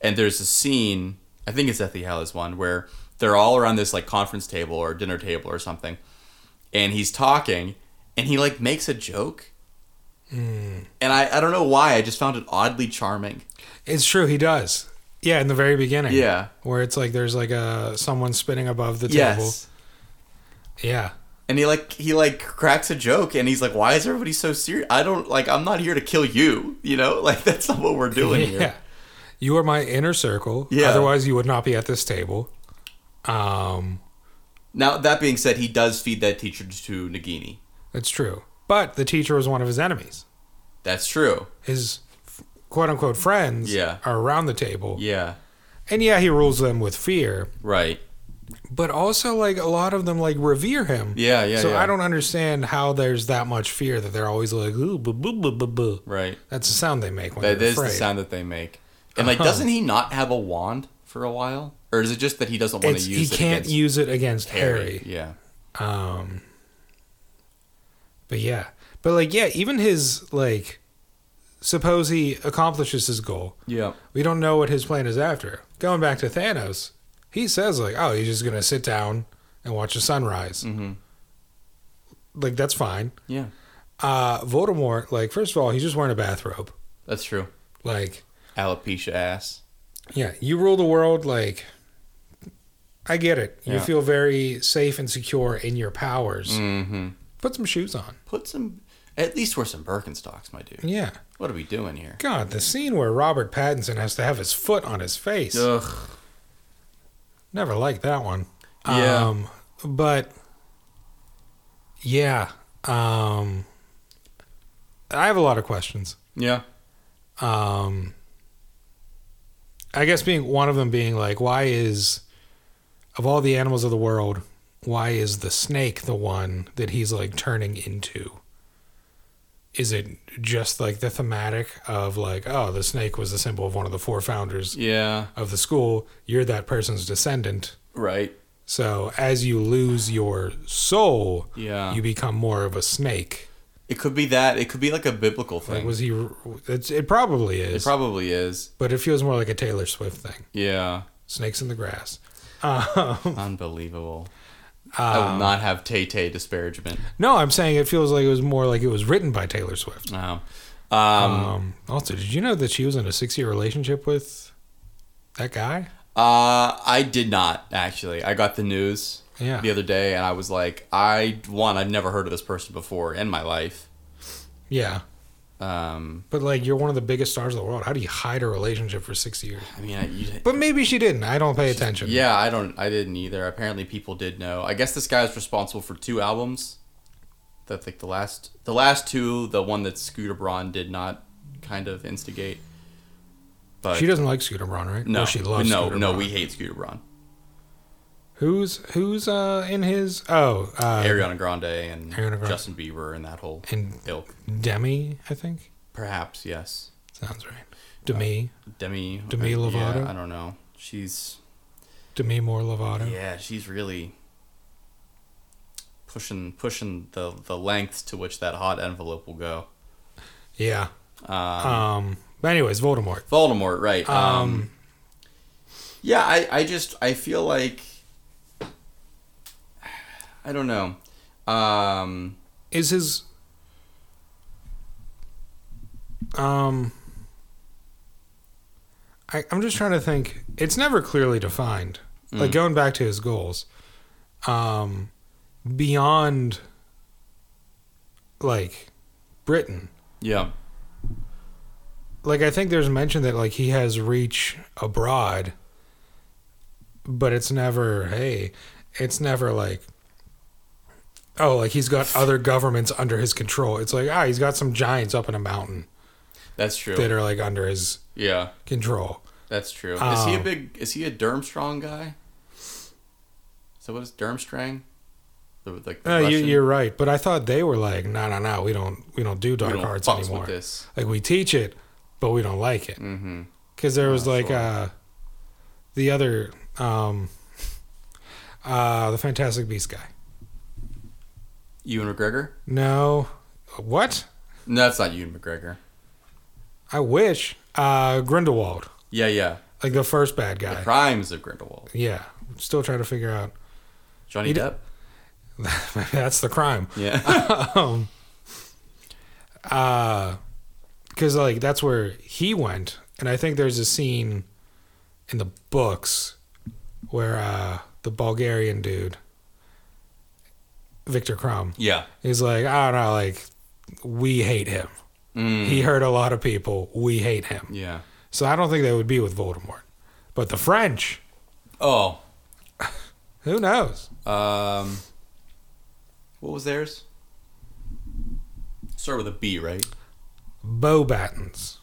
S2: and there's a scene i think it's Deathly Hallows one where they're all around this like conference table or dinner table or something and he's talking and he like makes a joke and I, I don't know why i just found it oddly charming
S1: It's true. He does. Yeah. In the very beginning.
S2: Yeah.
S1: Where it's like there's like a someone spinning above the table.
S2: yes
S1: Yeah.
S2: and he like he like cracks a joke and he's like why is everybody so serious i don't like i'm not here to kill you you know *laughs* like that's not what we're doing
S1: Yeah.
S2: here
S1: You are my inner circle.
S2: Yeah.
S1: Otherwise, you would not be at this table. Um,
S2: now that being said he does feed that teacher to nagini
S1: that's true. But the teacher was one of his enemies.
S2: that's true
S1: His f- quote unquote friends
S2: Yeah.
S1: are around the table.
S2: yeah
S1: And yeah, he rules them with fear,
S2: right
S1: but also like a lot of them like revere him.
S2: yeah yeah
S1: so
S2: yeah.
S1: I don't understand how there's that much fear that they're always like, ooh, boo, boo, boo, boo, boo.
S2: right
S1: That's the sound they make when
S2: That
S1: they're
S2: is
S1: afraid. Uh-huh.
S2: the sound that they make. And like, doesn't he not have a wand for a while, or is it just that he doesn't want
S1: It's-
S2: to
S1: he
S2: use? it
S1: can't
S2: against
S1: use it against Harry.
S2: Yeah,
S1: Um, but yeah, but like yeah, even his like, suppose he accomplishes his goal.
S2: yeah,
S1: We don't know what his plan is after. Going back to Thanos, he says like, oh, he's just gonna sit down and watch the sunrise.
S2: hmm
S1: Like that's fine.
S2: yeah.
S1: Uh, Voldemort, like first of all, he's just wearing a bathrobe.
S2: That's true.
S1: Like
S2: Alopecia ass.
S1: yeah, you rule the world. Like I get it. You
S2: Yeah.
S1: feel very safe and secure in your powers.
S2: Mm-hmm.
S1: Put some shoes on.
S2: Put some, at least wear some Birkenstocks, my dude.
S1: Yeah.
S2: What are we doing here?
S1: God, the scene where Robert Pattinson has to have his foot on his face.
S2: Ugh.
S1: Never liked that one.
S2: Yeah.
S1: Um, but yeah, um, I have a lot of questions.
S2: Yeah.
S1: Um, I guess being one of them being like, why is of all the animals of the world, why is the snake the one that he's like turning into? Is it just like the thematic of like, oh, the snake was the symbol of one of the four founders
S2: Yeah.
S1: of the school. You're that person's descendant.
S2: Right.
S1: So as you lose your soul,
S2: Yeah.
S1: you become more of a snake.
S2: it could be that. It could be like a biblical
S1: Like
S2: thing.
S1: was he? It's, it probably
S2: it
S1: is,
S2: probably is.
S1: but it feels more like a Taylor Swift thing.
S2: Yeah.
S1: *laughs* Snakes in the grass. Um,
S2: Unbelievable. I will not have Tay Tay disparagement.
S1: no, I'm saying it feels like it was more like it was written by Taylor Swift.
S2: Um,
S1: Um,
S2: um,
S1: also, did you know that she was in a six year relationship with that guy?
S2: Uh, I did not actually. I got the news.
S1: Yeah.
S2: the other day, and I was like, I one, I've never heard of this person before in my life.
S1: Yeah.
S2: Um,
S1: But like you're one of the biggest stars of the world. How do you hide a relationship for six years?
S2: I mean, I, you,
S1: But maybe she didn't. I don't pay attention.
S2: yeah, I don't, I didn't either. Apparently, people did know. I guess this guy is responsible for two albums. I think the last, the last two, the one that Scooter Braun did not kind of instigate. But
S1: She doesn't like Scooter Braun, right?
S2: no,
S1: Or she loves
S2: no,
S1: Scooter
S2: no.
S1: Braun.
S2: We hate Scooter Braun,
S1: Who's who's uh in his oh uh
S2: Ariana Grande, and
S1: Ariana Grande.
S2: Justin Bieber, and that whole
S1: and
S2: ilk.
S1: Demi, I think.
S2: Perhaps yes.
S1: Sounds right. Demi.
S2: Demi.
S1: Demi
S2: uh,
S1: Lovato?
S2: Yeah, I don't know. She's
S1: Demi Moore Lovato.
S2: yeah, she's really pushing pushing the the lengths to which that hot envelope will go.
S1: Yeah.
S2: Um,
S1: Um but anyways, Voldemort.
S2: Voldemort, right? Um,
S1: Um,
S2: yeah, I I just I feel like I don't know. Um,
S1: is his um I, I'm just trying to think. It's never clearly defined. Like going back to his goals. Um beyond like Britain.
S2: yeah,
S1: Like I think there's mention that like he has reach abroad but it's never hey it's never like oh like he's got other governments under his control it's like ah he's got some giants up in a mountain
S2: that's true.
S1: that are like under his
S2: Yeah,
S1: control
S2: that's true. is he a
S1: Um,
S2: big? Is he a Durmstrong guy? So what is Durmstrang? The, like the
S1: uh, you,
S2: Russian-
S1: you're right but i thought they were like no no no we don't we don't do
S2: we
S1: dark
S2: don't
S1: arts
S2: fucks
S1: anymore
S2: with this.
S1: like we teach it but we don't like it
S2: Mm-hmm.
S1: because there was
S2: Oh,
S1: like
S2: sure.
S1: uh the other um *laughs* uh the fantastic beast guy
S2: Ewan McGregor?
S1: no what
S2: No, that's not Ewan McGregor.
S1: i wish uh grindelwald
S2: Yeah, yeah.
S1: like the first bad guy
S2: The Crimes of Grindelwald.
S1: Yeah, still trying to figure out. *laughs*
S2: Johnny
S1: He d-
S2: Depp.
S1: That's the crime. *laughs*
S2: Yeah.
S1: Um, uh, because like that's where he went, and I think there's a scene in the books where uh the Bulgarian dude, Victor Crumb,
S2: yeah.
S1: is like, I don't know, like we hate him.
S2: Mm.
S1: He hurt a lot of people. We hate him.
S2: Yeah.
S1: So I don't think that would be with Voldemort, but the French,
S2: Oh.
S1: who knows?
S2: Um. What was theirs? Start with a B, right?
S1: Bobatons,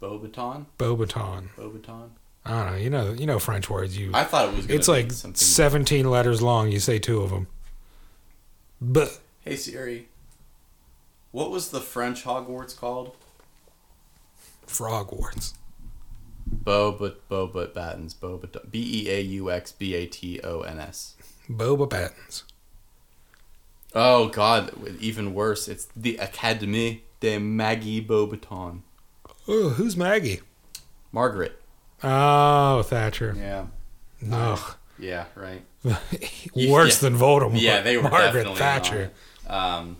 S2: Bobaton.
S1: Bobaton.
S2: Bobaton.
S1: I don't know. You know, you know French words. You,
S2: I thought it was. Gonna
S1: it's like
S2: be something.
S1: seventeen letters long. You say two of them. But
S2: hey Siri. What was the French Hogwarts called?
S1: frog words.
S2: Boba Boba Battens Boba B E A U X B A T O N S.
S1: Boba Battens.
S2: Oh God! Even worse, it's the Académie de Magie Beaubaton.
S1: Oh, who's Maggie?
S2: Margaret.
S1: Oh, Thatcher.
S2: Yeah.
S1: Ugh.
S2: Yeah. Right. You-
S1: Worse
S2: yeah.
S1: than Voldemort.
S2: Yeah, they were
S1: Margaret
S2: definitely
S1: Thatcher.
S2: on. Um,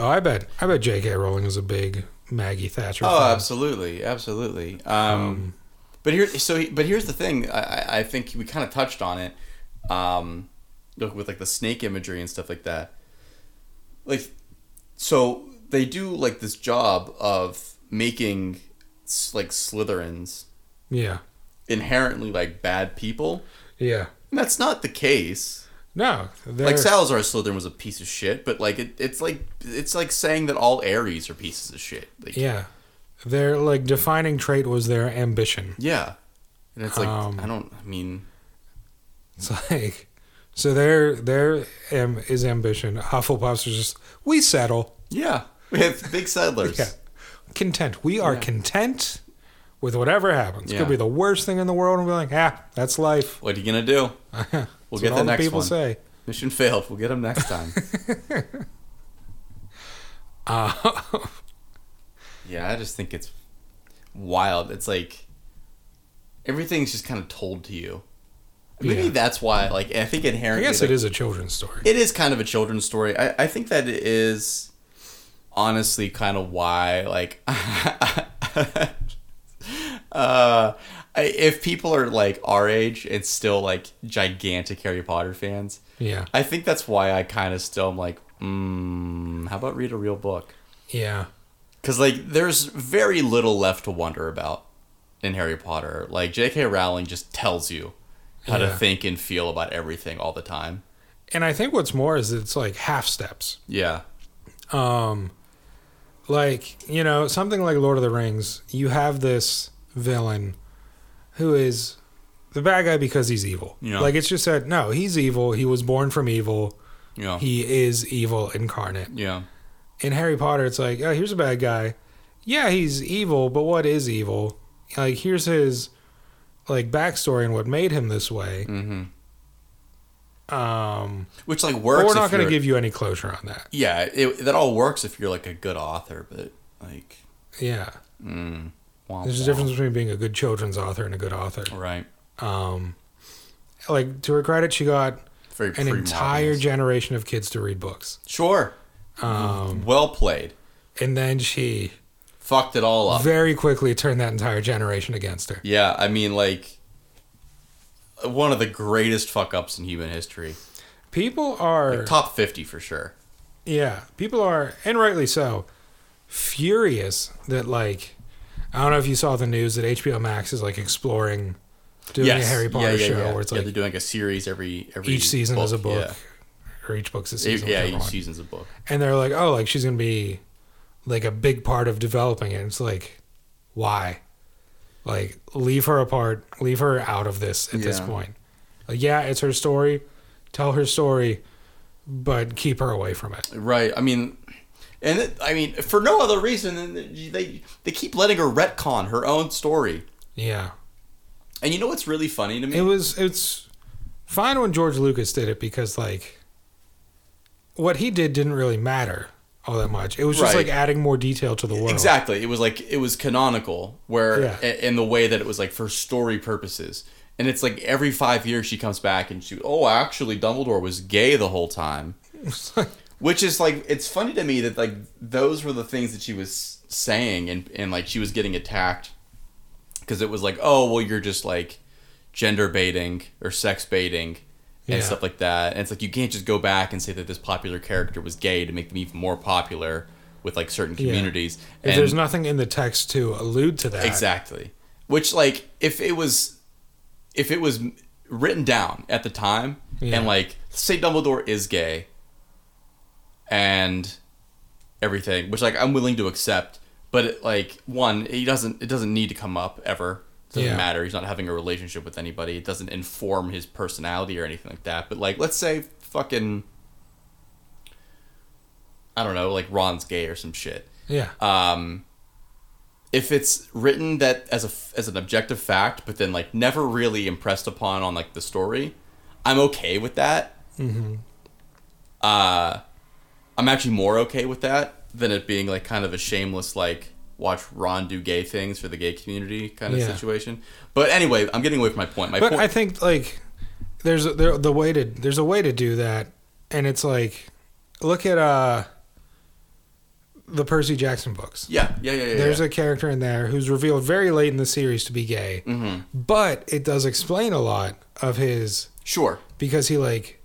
S1: Oh, I bet. I bet J.K. Rowling is a big Maggie Thatcher.
S2: oh,
S1: fan.
S2: absolutely, absolutely. Um, but here, so but here's the thing. I, I- I think we kind of touched on it, um, look, with like the snake imagery and stuff like that. Like, so they do like this job of making s- like Slytherins
S1: Yeah.
S2: inherently like bad people.
S1: Yeah.
S2: And that's not the case.
S1: No. they're-
S2: Like Salazar Slytherin was a piece of shit, but like it, it's like it's like saying that all Aries are pieces of shit. Like,
S1: Yeah. Their like defining trait was their ambition.
S2: Yeah. And it's like
S1: Um,
S2: I don't I mean
S1: It's like, so their their am, is ambition. Hufflepuffs are just we settle,
S2: Yeah. We have big settlers.
S1: *laughs* yeah, content. We are
S2: Yeah.
S1: content with whatever happens.
S2: Yeah.
S1: Could be the worst thing in the world, and we're like, ah, that's life.
S2: What are you gonna
S1: *laughs*
S2: do?
S1: That's
S2: We'll
S1: what
S2: get
S1: all
S2: the next
S1: people
S2: one.
S1: say.
S2: Mission failed. We'll get them next time.
S1: *laughs* Uh, *laughs*
S2: yeah, I just think it's wild. It's like everything's just kind of told to you. Maybe
S1: Yeah.
S2: that's why. Like I think
S1: I
S2: inherently,
S1: guess
S2: like,
S1: it is a children's story.
S2: it is kind of a children's story. I, I think that it is *laughs* honestly kind of why like uh, I I- if people are like our age and still like gigantic Harry Potter fans,
S1: Yeah.
S2: I think that's why I kind of still am like, mm, how about read a real book?
S1: Yeah.
S2: Because like, there's very little left to wonder about in Harry Potter. Like J.K. Rowling just tells you how to
S1: Yeah.
S2: think and feel about everything all the time.
S1: And I think what's more is it's like half steps.
S2: Yeah,
S1: Um like, you know, something like Lord of the Rings, you have this villain who is the bad guy because he's evil.
S2: Yeah.
S1: Like it's just said, no, he's evil. He was born from evil.
S2: yeah,
S1: He is evil incarnate.
S2: yeah,
S1: in Harry Potter, it's like, oh, here's a bad guy. Yeah, he's evil, but what is evil? Like, here's his like backstory and what made him this way.
S2: hmm
S1: Um,
S2: which like
S1: but
S2: works.
S1: we're not
S2: if
S1: going to
S2: you're-
S1: give you any closure on that.
S2: Yeah, it, that all works if you're like a good author, but like,
S1: Yeah,
S2: mm, womp
S1: there's a
S2: womp.
S1: difference between being a good children's author and a good author.
S2: right?
S1: Um, like to her credit, she got
S2: Very
S1: an
S2: pre-modernist.
S1: entire generation of kids to read books,
S2: sure. Um, well played.
S1: and then she
S2: Fucked it all up.
S1: very quickly turned that entire generation against her.
S2: Yeah, I mean, like one of the greatest fuck ups in human history.
S1: People are
S2: Like, top fifty for sure.
S1: Yeah, people are, and rightly so, furious that like I don't know if you saw the news that HBO Max is like exploring doing
S2: yes.
S1: a Harry Potter
S2: yeah, yeah,
S1: show
S2: yeah.
S1: where it's
S2: yeah,
S1: like
S2: they're doing like a series every every
S1: each season is a book
S2: Yeah,
S1: or each book's a
S2: It-
S1: season.
S2: yeah
S1: whichever
S2: each
S1: one.
S2: season's a book.
S1: And they're like, oh, like she's gonna be like a big part of developing it. It's like, why? Like leave her apart, leave her out of this at this
S2: Yeah.
S1: point. Like, yeah, it's her story. Tell her story, but keep her away from it.
S2: Right. I mean, and it, I mean for no other reason than that they they keep letting her retcon her own story.
S1: Yeah.
S2: And you know what's really funny to me?
S1: it was it's fine when George Lucas did it because like what he did didn't really matter all that much. It was just
S2: Right.
S1: like adding more detail to the world.
S2: Exactly. It was like it was canonical, where
S1: Yeah.
S2: a- in the way that it was like for story purposes. And it's like every five years she comes back and she, oh, actually Dumbledore was gay the whole
S1: *laughs*
S2: time, which is like it's funny to me that like those were the things that she was saying and and like she was getting attacked because it was like oh well you're just like gender baiting or sex baiting and
S1: Yeah.
S2: stuff like that and it's like you can't just go back and say that this popular character was gay to make them even more popular with like certain communities
S1: If
S2: and
S1: there's nothing in the text to allude to that.
S2: exactly which like if it was if it was written down at the time
S1: Yeah.
S2: and like say dumbledore is gay and everything which like i'm willing to accept but it, like one he doesn't it doesn't need to come up ever it doesn't
S1: Yeah.
S2: matter he's not having a relationship with anybody it doesn't inform his personality or anything like that but like let's say fucking i don't know like ron's gay or some shit
S1: Yeah.
S2: um, if it's written that as a as an objective fact, but then like never really impressed upon on like the story, I'm okay with that. Mm-hmm. Uh, I'm actually more okay with that than it being like kind of a shameless like watch Ron do gay things for the gay community kind of
S1: Yeah.
S2: situation. But anyway, I'm getting away from my point. My
S1: but
S2: point,
S1: I think like there's a, there, the way to there's a way to do that and it's like look at uh the Percy Jackson books.
S2: yeah, yeah, yeah, yeah.
S1: There's
S2: yeah.
S1: a character in there who's revealed very late in the series to be gay,
S2: Mm-hmm.
S1: but it does explain a lot of his
S2: sure,
S1: because he like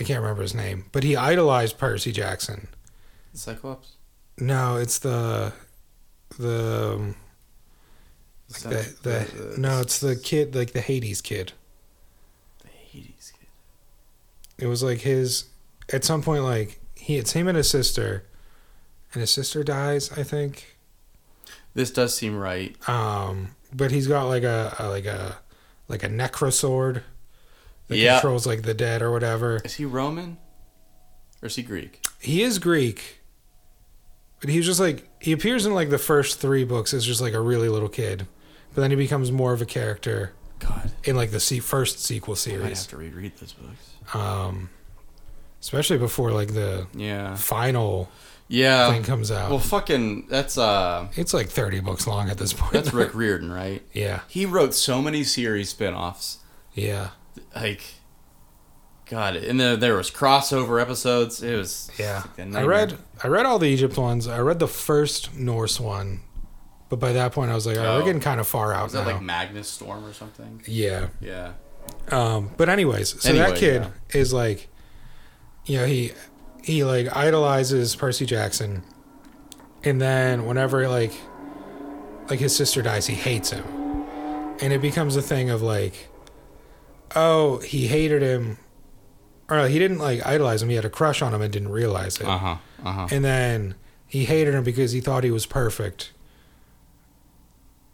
S1: I can't remember his name, but he idolized Percy Jackson.
S2: Cyclops.
S1: No, it's the the um, like the, the, no, it's the kid like the Hades kid.
S2: the Hades kid.
S1: It was like his at some point like he it's him and his sister, and his sister dies I think.
S2: This does seem right.
S1: Um, but he's got like a, a like a like a necro sword that
S2: Yeah.
S1: controls like the dead or whatever.
S2: Is he Roman? Or is he Greek?
S1: he is Greek, but he's just like he appears in like the first three books as just like a really little kid, but then he becomes more of a character
S2: God,
S1: in like the se- first sequel
S2: I have
S1: series,
S2: to reread those books.
S1: um, especially before like the
S2: Yeah,
S1: final
S2: yeah.
S1: thing comes out.
S2: Well, fucking, that's uh,
S1: it's like thirty books long at this point.
S2: that's Rick Riordan, right?
S1: *laughs* yeah,
S2: He wrote so many series spin-offs.
S1: yeah,
S2: like, God, and there there was crossover episodes. It was
S1: yeah.
S2: fucking
S1: I
S2: nightmare.
S1: read I read all the Egypt ones. I read the first Norse one But by that point, I was like, all right,
S2: Oh.
S1: we're getting kind of far out
S2: Was that
S1: now.
S2: like Magnus Storm or something?
S1: Oh. yeah.
S2: Yeah.
S1: Um, but anyways, so that
S2: Anyway,
S1: kid
S2: yeah.
S1: is like, you know, he he like idolizes Percy Jackson, and then whenever like like his sister dies, he hates him, and it becomes a thing of like, oh, he hated him, or he didn't like idolize him. He had a crush on him and didn't realize it,
S2: Uh huh. Uh huh.
S1: and then he hated him because he thought he was perfect.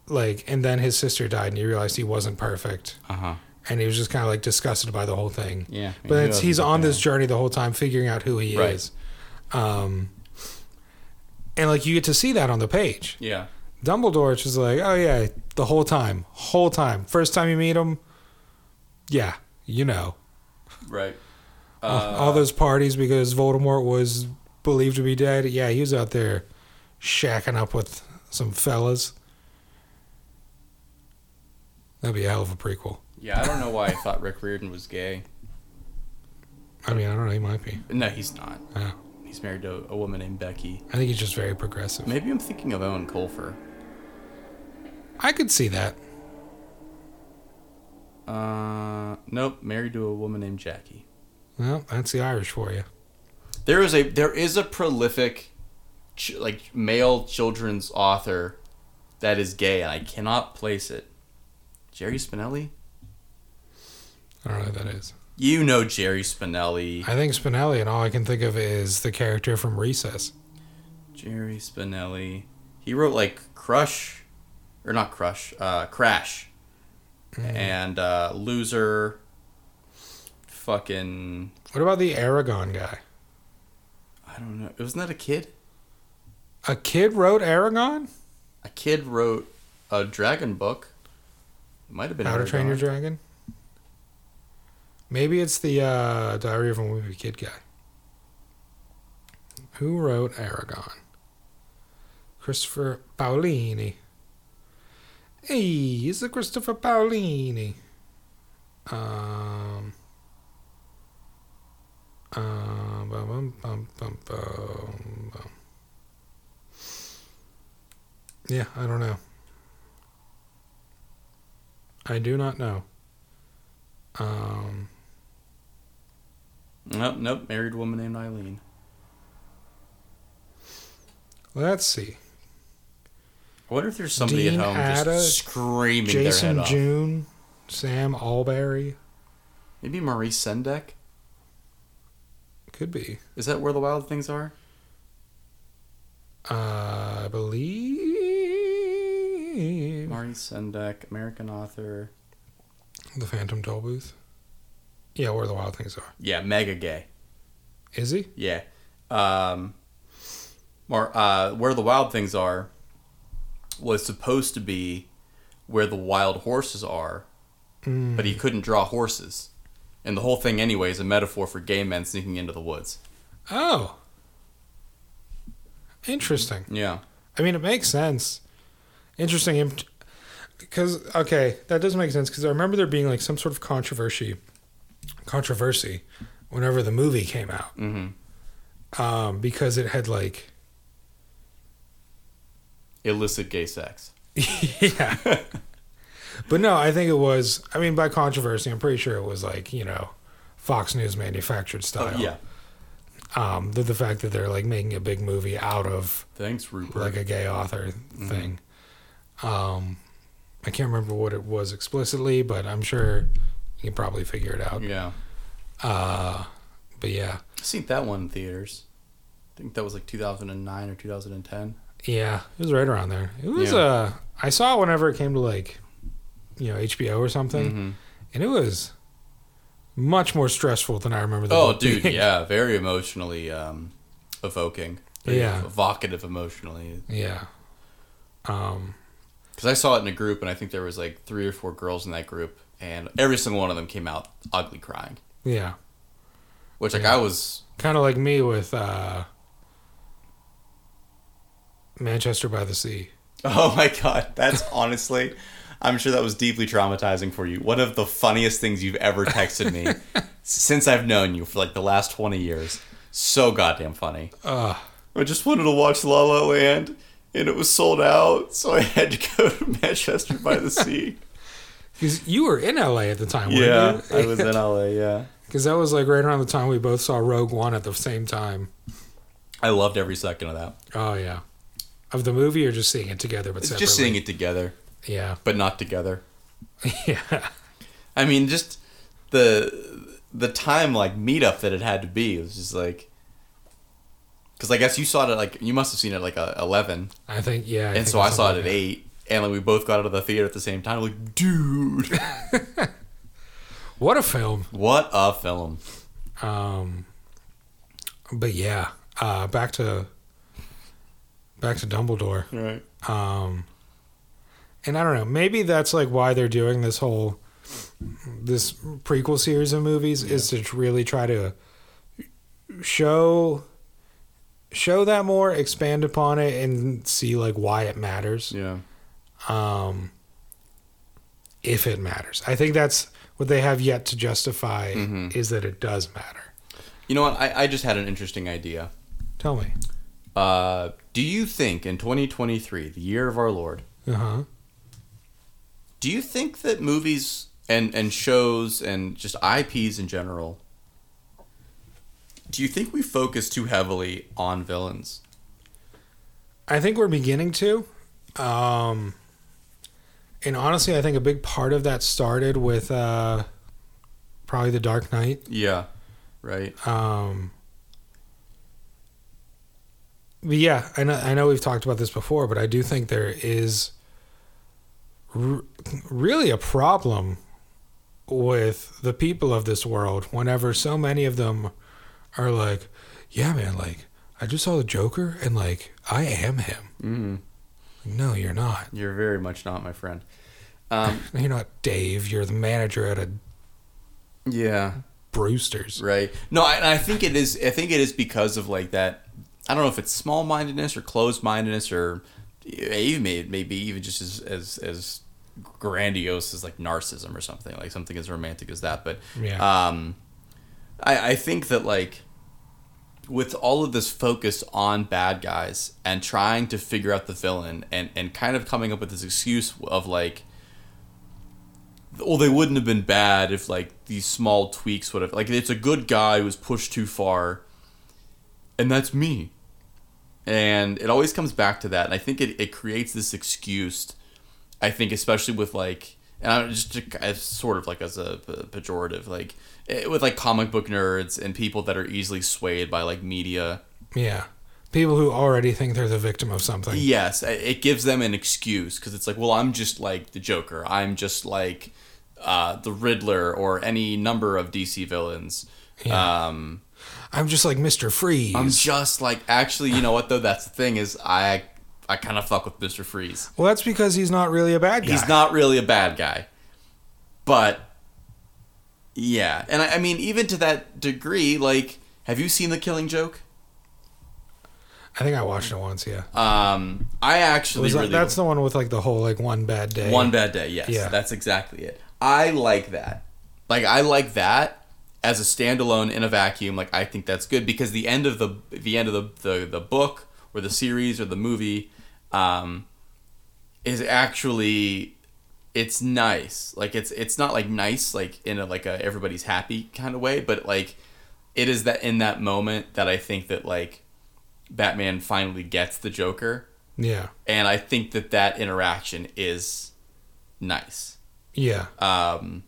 S1: Like, and then his sister died, and he realized he wasn't perfect
S2: Uh huh.
S1: and he was just kind of like disgusted by the whole thing.
S2: Yeah.
S1: But it's, he's on this journey the whole time, figuring out who he
S2: Right.
S1: is. Um, and like you get to see that on the page.
S2: Yeah.
S1: Dumbledore is just like, oh yeah, the whole time, whole time. First time you meet him, yeah, you know,
S2: Right. Uh,
S1: all those parties because Voldemort was believed to be dead. Yeah, he was out there shacking up with some fellas. That'd be a hell of a prequel.
S2: Yeah. I don't know why I thought Rick Reardon was gay.
S1: I mean, I don't know, he might be.
S2: No, he's not.
S1: Yeah.
S2: He's married to a woman named Becky.
S1: I think he's just very progressive.
S2: Maybe I'm thinking of Owen Colfer.
S1: I could see that.
S2: Uh, nope. Married to a woman named Jackie.
S1: Well, that's the Irish for you.
S2: There is a there is a prolific, ch- like male children's author, that is gay, and I cannot place it. Jerry Spinelli.
S1: I don't know who that is.
S2: You know Jerry Spinelli.
S1: I think Spinelli, and all I can think of is the character from Recess.
S2: Jerry Spinelli. He wrote like Crush, or not Crush, uh, Crash,
S1: Mm-hmm.
S2: and uh, Loser. Fucking,
S1: What about the Aragon guy?
S2: I don't know. Wasn't that a kid?
S1: A kid wrote Aragon?
S2: A kid wrote a dragon book. It might have been
S1: How to Train Your
S2: Aragon.
S1: Dragon? Maybe it's the uh, Diary of a Wimpy Kid guy. Who wrote Aragon? Christopher Paolini. Hey, it's a Christopher Paolini. Um. Um, bum, bum, bum, bum, bum, bum. Yeah, I don't know. I do not know. Um,
S2: Nope, nope. Married woman named Eileen.
S1: let's see.
S2: I wonder if there's somebody
S1: Dean
S2: at home
S1: Ada,
S2: just screaming their
S1: Jason
S2: head off.
S1: June, Sam Alberry,
S2: Maybe Marie Sendek.
S1: could be.
S2: Is that where the wild things are?
S1: Uh, I believe
S2: Marie Sendek, American author.
S1: the Phantom Toll Booth. Yeah, where the wild things are.
S2: Yeah, mega gay.
S1: Is he?
S2: Yeah. Um, Mar- uh, where the wild things are was supposed to be where the wild horses are,
S1: Mm.
S2: but he couldn't draw horses. And the whole thing, anyway, is a metaphor for gay men sneaking into the woods.
S1: Oh, interesting.
S2: Yeah.
S1: I mean, it makes sense. Interesting, imp- because okay, that does make sense. Because I remember there being like some sort of controversy, controversy, whenever the movie came out,
S2: Mm-hmm.
S1: um, because it had like,
S2: Illicit gay sex.
S1: yeah. but no, I think it was. I mean, by controversy, I'm pretty sure it was like you know, Fox News manufactured style.
S2: Oh, yeah.
S1: Um, the, the fact that they're like making a big movie out of
S2: Thanks, Rupert.
S1: like a gay author
S2: Mm-hmm.
S1: thing. Um, I can't remember what it was explicitly, but I'm sure you can probably figure it out.
S2: yeah.
S1: Uh, but yeah,
S2: I've seen that one in theaters. I think that was like 2009 or 2010.
S1: yeah, it was right around there. It was
S2: Yeah.
S1: uh, I saw it whenever it came to like, you know, HBO or something,
S2: Mm-hmm.
S1: and it was much more stressful than I remember. The
S2: Oh,
S1: book
S2: dude,
S1: being.
S2: yeah, very emotionally um, evoking. Very
S1: Yeah.
S2: Evocative emotionally.
S1: *laughs* yeah. Um,
S2: Because I saw it in a group, and I think there was like three or four girls in that group, and every single one of them came out ugly crying.
S1: yeah,
S2: Which, like,
S1: Yeah.
S2: I was.
S1: kind of like me with uh, Manchester by the Sea.
S2: *laughs* Oh my god, that's honestly. I'm sure that was deeply traumatizing for you. One of the funniest things you've ever texted *laughs* me since I've known you for like the last 20 years. So goddamn funny.
S1: Ugh.
S2: I just wanted to watch La La Land, and it was sold out, so I had to go to Manchester by the *laughs* Sea.
S1: Because you were in LA at the time, weren't
S2: yeah,
S1: you?
S2: I was
S1: *laughs*
S2: in LA. Yeah,
S1: Because that was like right around the time we both saw Rogue One at the same time.
S2: I loved every second of that.
S1: Oh yeah, of the movie or just seeing it together, but separately.
S2: Just seeing it together,
S1: Yeah, *laughs*
S2: but not together.
S1: yeah,
S2: I mean, just the the time like meetup that it had to be. It was just like because I guess you saw it at like you must have seen it at like uh, eleven,
S1: I think yeah.
S2: and
S1: think
S2: so I saw it
S1: like
S2: at
S1: that.
S2: eight, and like we both got out of the theater at the same time. Like, dude, *laughs*
S1: What a film.
S2: what a film!
S1: Um, but yeah, uh, back to back to Dumbledore.
S2: Right?
S1: um and i don't know maybe that's like why they're doing this whole this prequel series of movies is to tr- really try to show show that more expand upon it and see like why it matters
S2: Yeah.
S1: um if it matters i think that's what they have yet to justify
S2: Mhm.
S1: is that it does matter
S2: You know what? I, I just had an interesting idea.
S1: tell me
S2: Uh, do you think in 2023, the year of our Lord,
S1: uh-huh
S2: do you think that movies and, and shows and just IPs in general, do you think we focus too heavily on villains?
S1: I think we're beginning to. Um, and honestly, I think a big part of that started with uh, probably The Dark Knight.
S2: Yeah. Right?
S1: Um, but yeah, I know, I know we've talked about this before, but I do think there is r- really a problem with the people of this world whenever so many of them are like, yeah, man, like, I just saw the Joker and like, I am him.
S2: Mm,
S1: No, you're not.
S2: you're very much not my friend. Um,
S1: You're not Dave. You're the manager at a
S2: yeah.
S1: Brewster's.
S2: Right. No, I, and I think it is. I think it is because of like that. I don't know if it's small mindedness or closed mindedness or even may- maybe even just as, as as grandiose as like narcissism or something like something as romantic as that. But
S1: Yeah.
S2: um, I I think that like with all of this focus on bad guys and trying to figure out the villain and and kind of coming up with this excuse of like well, they wouldn't have been bad if like these small tweaks would have like it's a good guy who was pushed too far, and that's me. And it always comes back to that, and I think it, it creates this excuse. I think especially with like, and I'm just to, as sort of like as a p- pejorative, like eh, with like comic book nerds and people that are easily swayed by like media.
S1: Yeah. People who already think they're the victim of something.
S2: Yes, i- it gives them an excuse because it's like, well, I'm just like the Joker. I'm just like uh, the Riddler or any number of DC villains. Um,
S1: I'm just like Mr. Freeze.
S2: I'm just like actually, you know what though? That's the thing is I I kind of fuck with Mister Freeze.
S1: well, that's because he's not really a bad guy.
S2: He's not really a bad guy, but yeah, and I, I mean even to that degree, like, have you seen the Killing Joke?
S1: I think I watched it once, yeah.
S2: Um, I actually
S1: Was that-
S2: really
S1: that's the one with like the whole like one bad day.
S2: One bad day, yes.
S1: Yeah.
S2: That's exactly it. I like that. Like I like that as a standalone in a vacuum. Like I think that's good because the end of the the end of the the, the book or the series or the movie um, is actually it's nice. Like it's it's not like nice like in a like a everybody's happy kind of way, but like it is that in that moment that I think that like Batman finally gets the Joker
S1: Yeah.
S2: and I think that that interaction is nice.
S1: Yeah.
S2: Um,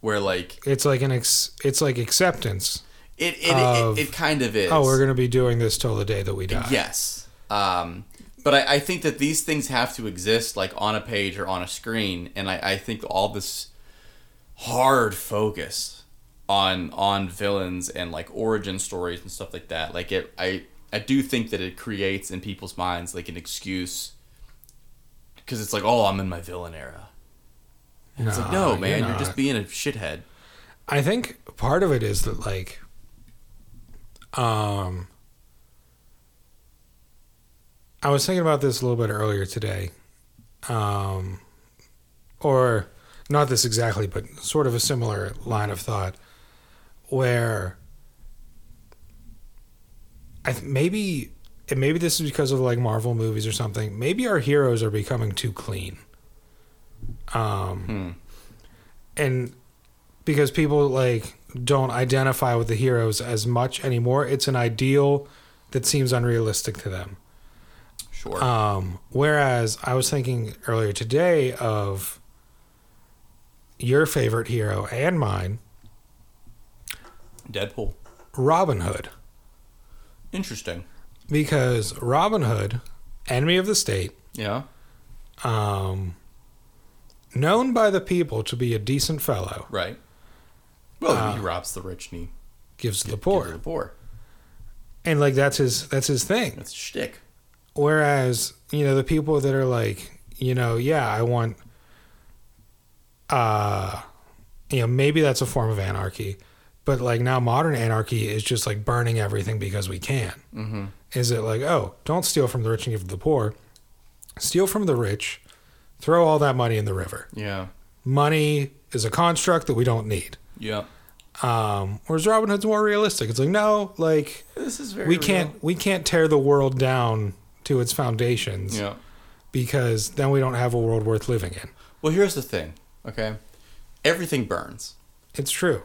S2: where like
S1: It's like an ex- it's like acceptance.
S2: it it,
S1: Of-
S2: it, it kind of is.
S1: Oh, we're going to be doing this till the day that we die.
S2: yes. Um, but I, I think that these things have to exist like on a page or on a screen, and I, I think all this hard focus on on villains and like origin stories and stuff like that, like it I I do think that it creates in people's minds like an excuse because it's like oh I'm in my villain era. It's like, no,
S1: you're
S2: man, you're,
S1: not.
S2: just being a shithead.
S1: I think part of it is that like um I was thinking about this a little bit earlier today. Um or not this exactly, but sort of a similar line of thought where I th- maybe and maybe this is because of like Marvel movies or something. Maybe our heroes are becoming too clean. Um, and because people like don't identify with the heroes as much anymore, it's an ideal that seems unrealistic to them.
S2: Sure.
S1: Um, whereas I was thinking earlier today of your favorite hero and mine,
S2: Deadpool.
S1: Robin Hood,
S2: Interesting.
S1: because Robin Hood, enemy of the state,
S2: Yeah.
S1: um, known by the people to be a decent fellow,
S2: Right. Well, he robs the rich and he
S1: gives to the
S2: gives to
S1: poor,
S2: the Uh, poor.
S1: and like that's his that's his thing.
S2: That's a shtick.
S1: Whereas, you know, the people that are like, you know, yeah, I want uh you know, maybe that's a form of anarchy, but like now modern anarchy is just like burning everything because we can.
S2: Mhm.
S1: Is it like, oh, don't steal from the rich and give to the poor. Steal from the rich, throw all that money in the river.
S2: Yeah.
S1: Money is a construct that we don't need.
S2: Yeah.
S1: Um, whereas Robin Hood's more realistic. It's like, no, like
S2: This is very.
S1: we can't we can't tear the world down to its foundations
S2: Yeah.
S1: because then we don't have a world worth living in.
S2: Well, here's the thing. Okay. Everything burns,
S1: It's true.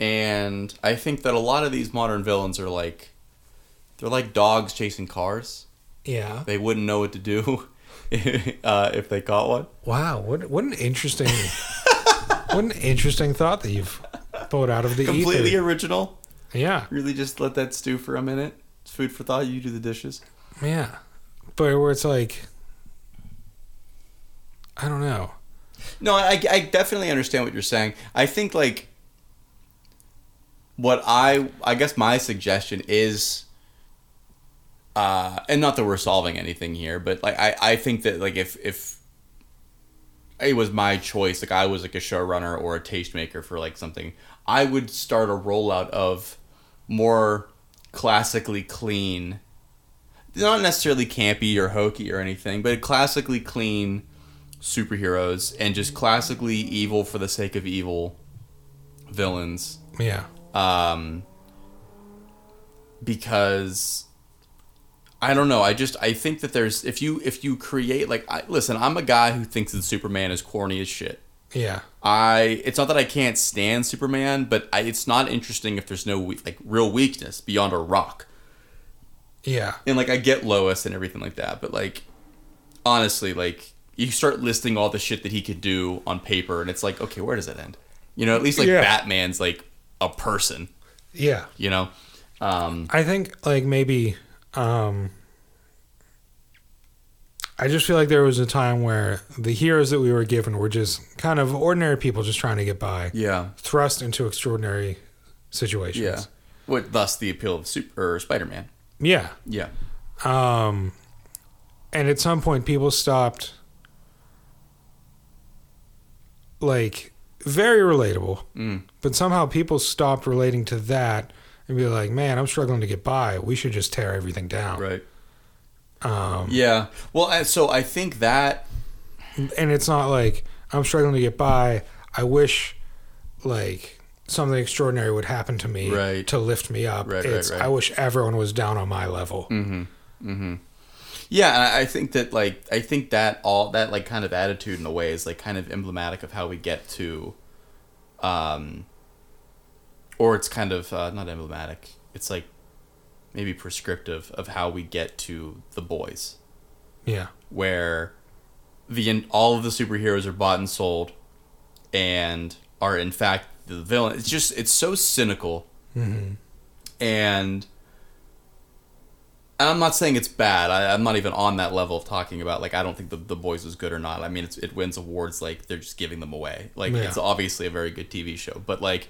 S2: and I think that a lot of these modern villains are like, they're like dogs chasing cars.
S1: Yeah.
S2: They wouldn't know what to do *laughs* uh, if they caught one.
S1: Wow. What what an interesting *laughs* what an interesting thought that you've pulled out of the
S2: Completely
S1: ether.
S2: original.
S1: Yeah.
S2: Really, just let that stew for a minute. It's food for thought. You do the dishes.
S1: Yeah. But where it's like I don't know.
S2: No, I, I definitely understand what you're saying. I think like what I I guess my suggestion is, uh, and not that we're solving anything here, but like I, I think that like if if it was my choice, like I was like a showrunner or a tastemaker for like something, I would start a rollout of more classically clean, not necessarily campy or hokey or anything, but classically clean superheroes and just classically evil for the sake of evil villains
S1: Yeah.
S2: um because I don't know. I just I think that there's if you if you create like I, listen, I'm a guy who thinks that Superman is corny as shit.
S1: Yeah.
S2: I it's not that I can't stand Superman, but I, it's not interesting if there's no we- like real weakness beyond a rock
S1: Yeah.
S2: and like I get Lois and everything like that, but like honestly, like you start listing all the shit that he could do on paper, and it's like, okay, where does it end? You know, at least like
S1: Yeah.
S2: Batman's like a person,
S1: Yeah.
S2: you know. Um,
S1: I think like maybe um I just feel like there was a time where the heroes that we were given were just kind of ordinary people just trying to get by.
S2: yeah,
S1: thrust into extraordinary
S2: yeah.
S1: situations.
S2: What thus the appeal of Super or Spider Man?
S1: Yeah.
S2: Yeah,
S1: Um, and at some point, people stopped. Like, very relatable,
S2: Mm.
S1: but somehow people stopped relating to that and be like, man, I'm struggling to get by. We should just tear everything down.
S2: right.
S1: Um,
S2: Yeah. Well, I, so I think that
S1: and it's not like I'm struggling to get by. I wish, like, something extraordinary would happen to me
S2: Right.
S1: to lift me up.
S2: Right, right,
S1: it's,
S2: right. Mm.
S1: I wish everyone was down on my level.
S2: Yeah, and I- I think that like I think that all that like kind of attitude in a way is like kind of emblematic of how we get to, um, or it's kind of uh, not emblematic. It's like maybe prescriptive of how we get to the boys,
S1: Yeah.
S2: where the in, all of the superheroes are bought and sold, and are in fact the villain. It's just it's so cynical, and and I'm not saying it's bad. I, I'm not even on that level of talking about like I don't think the the boys is good or not. I mean, it's, it wins awards like they're just giving them away. Like
S1: Yeah.
S2: it's obviously a very good TV show, but like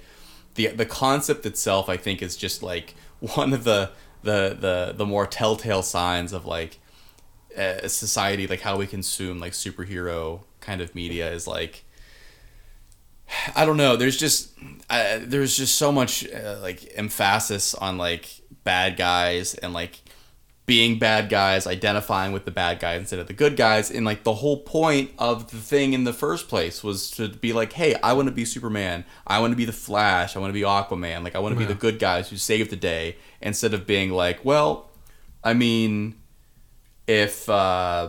S2: the the concept itself, I think, is just like *laughs* one of the the the the more telltale signs of like uh, society, like how we consume like superhero kind of media is like I don't know. There's just uh, there's just so much uh, like emphasis on like bad guys and like being bad guys, identifying with the bad guys instead of the good guys, and like the whole point of the thing in the first place was to be like, hey, I want to be Superman, I want to be the Flash, I want to be Aquaman, like I want to be the good guys who save the day instead of being like, well, I mean, if uh,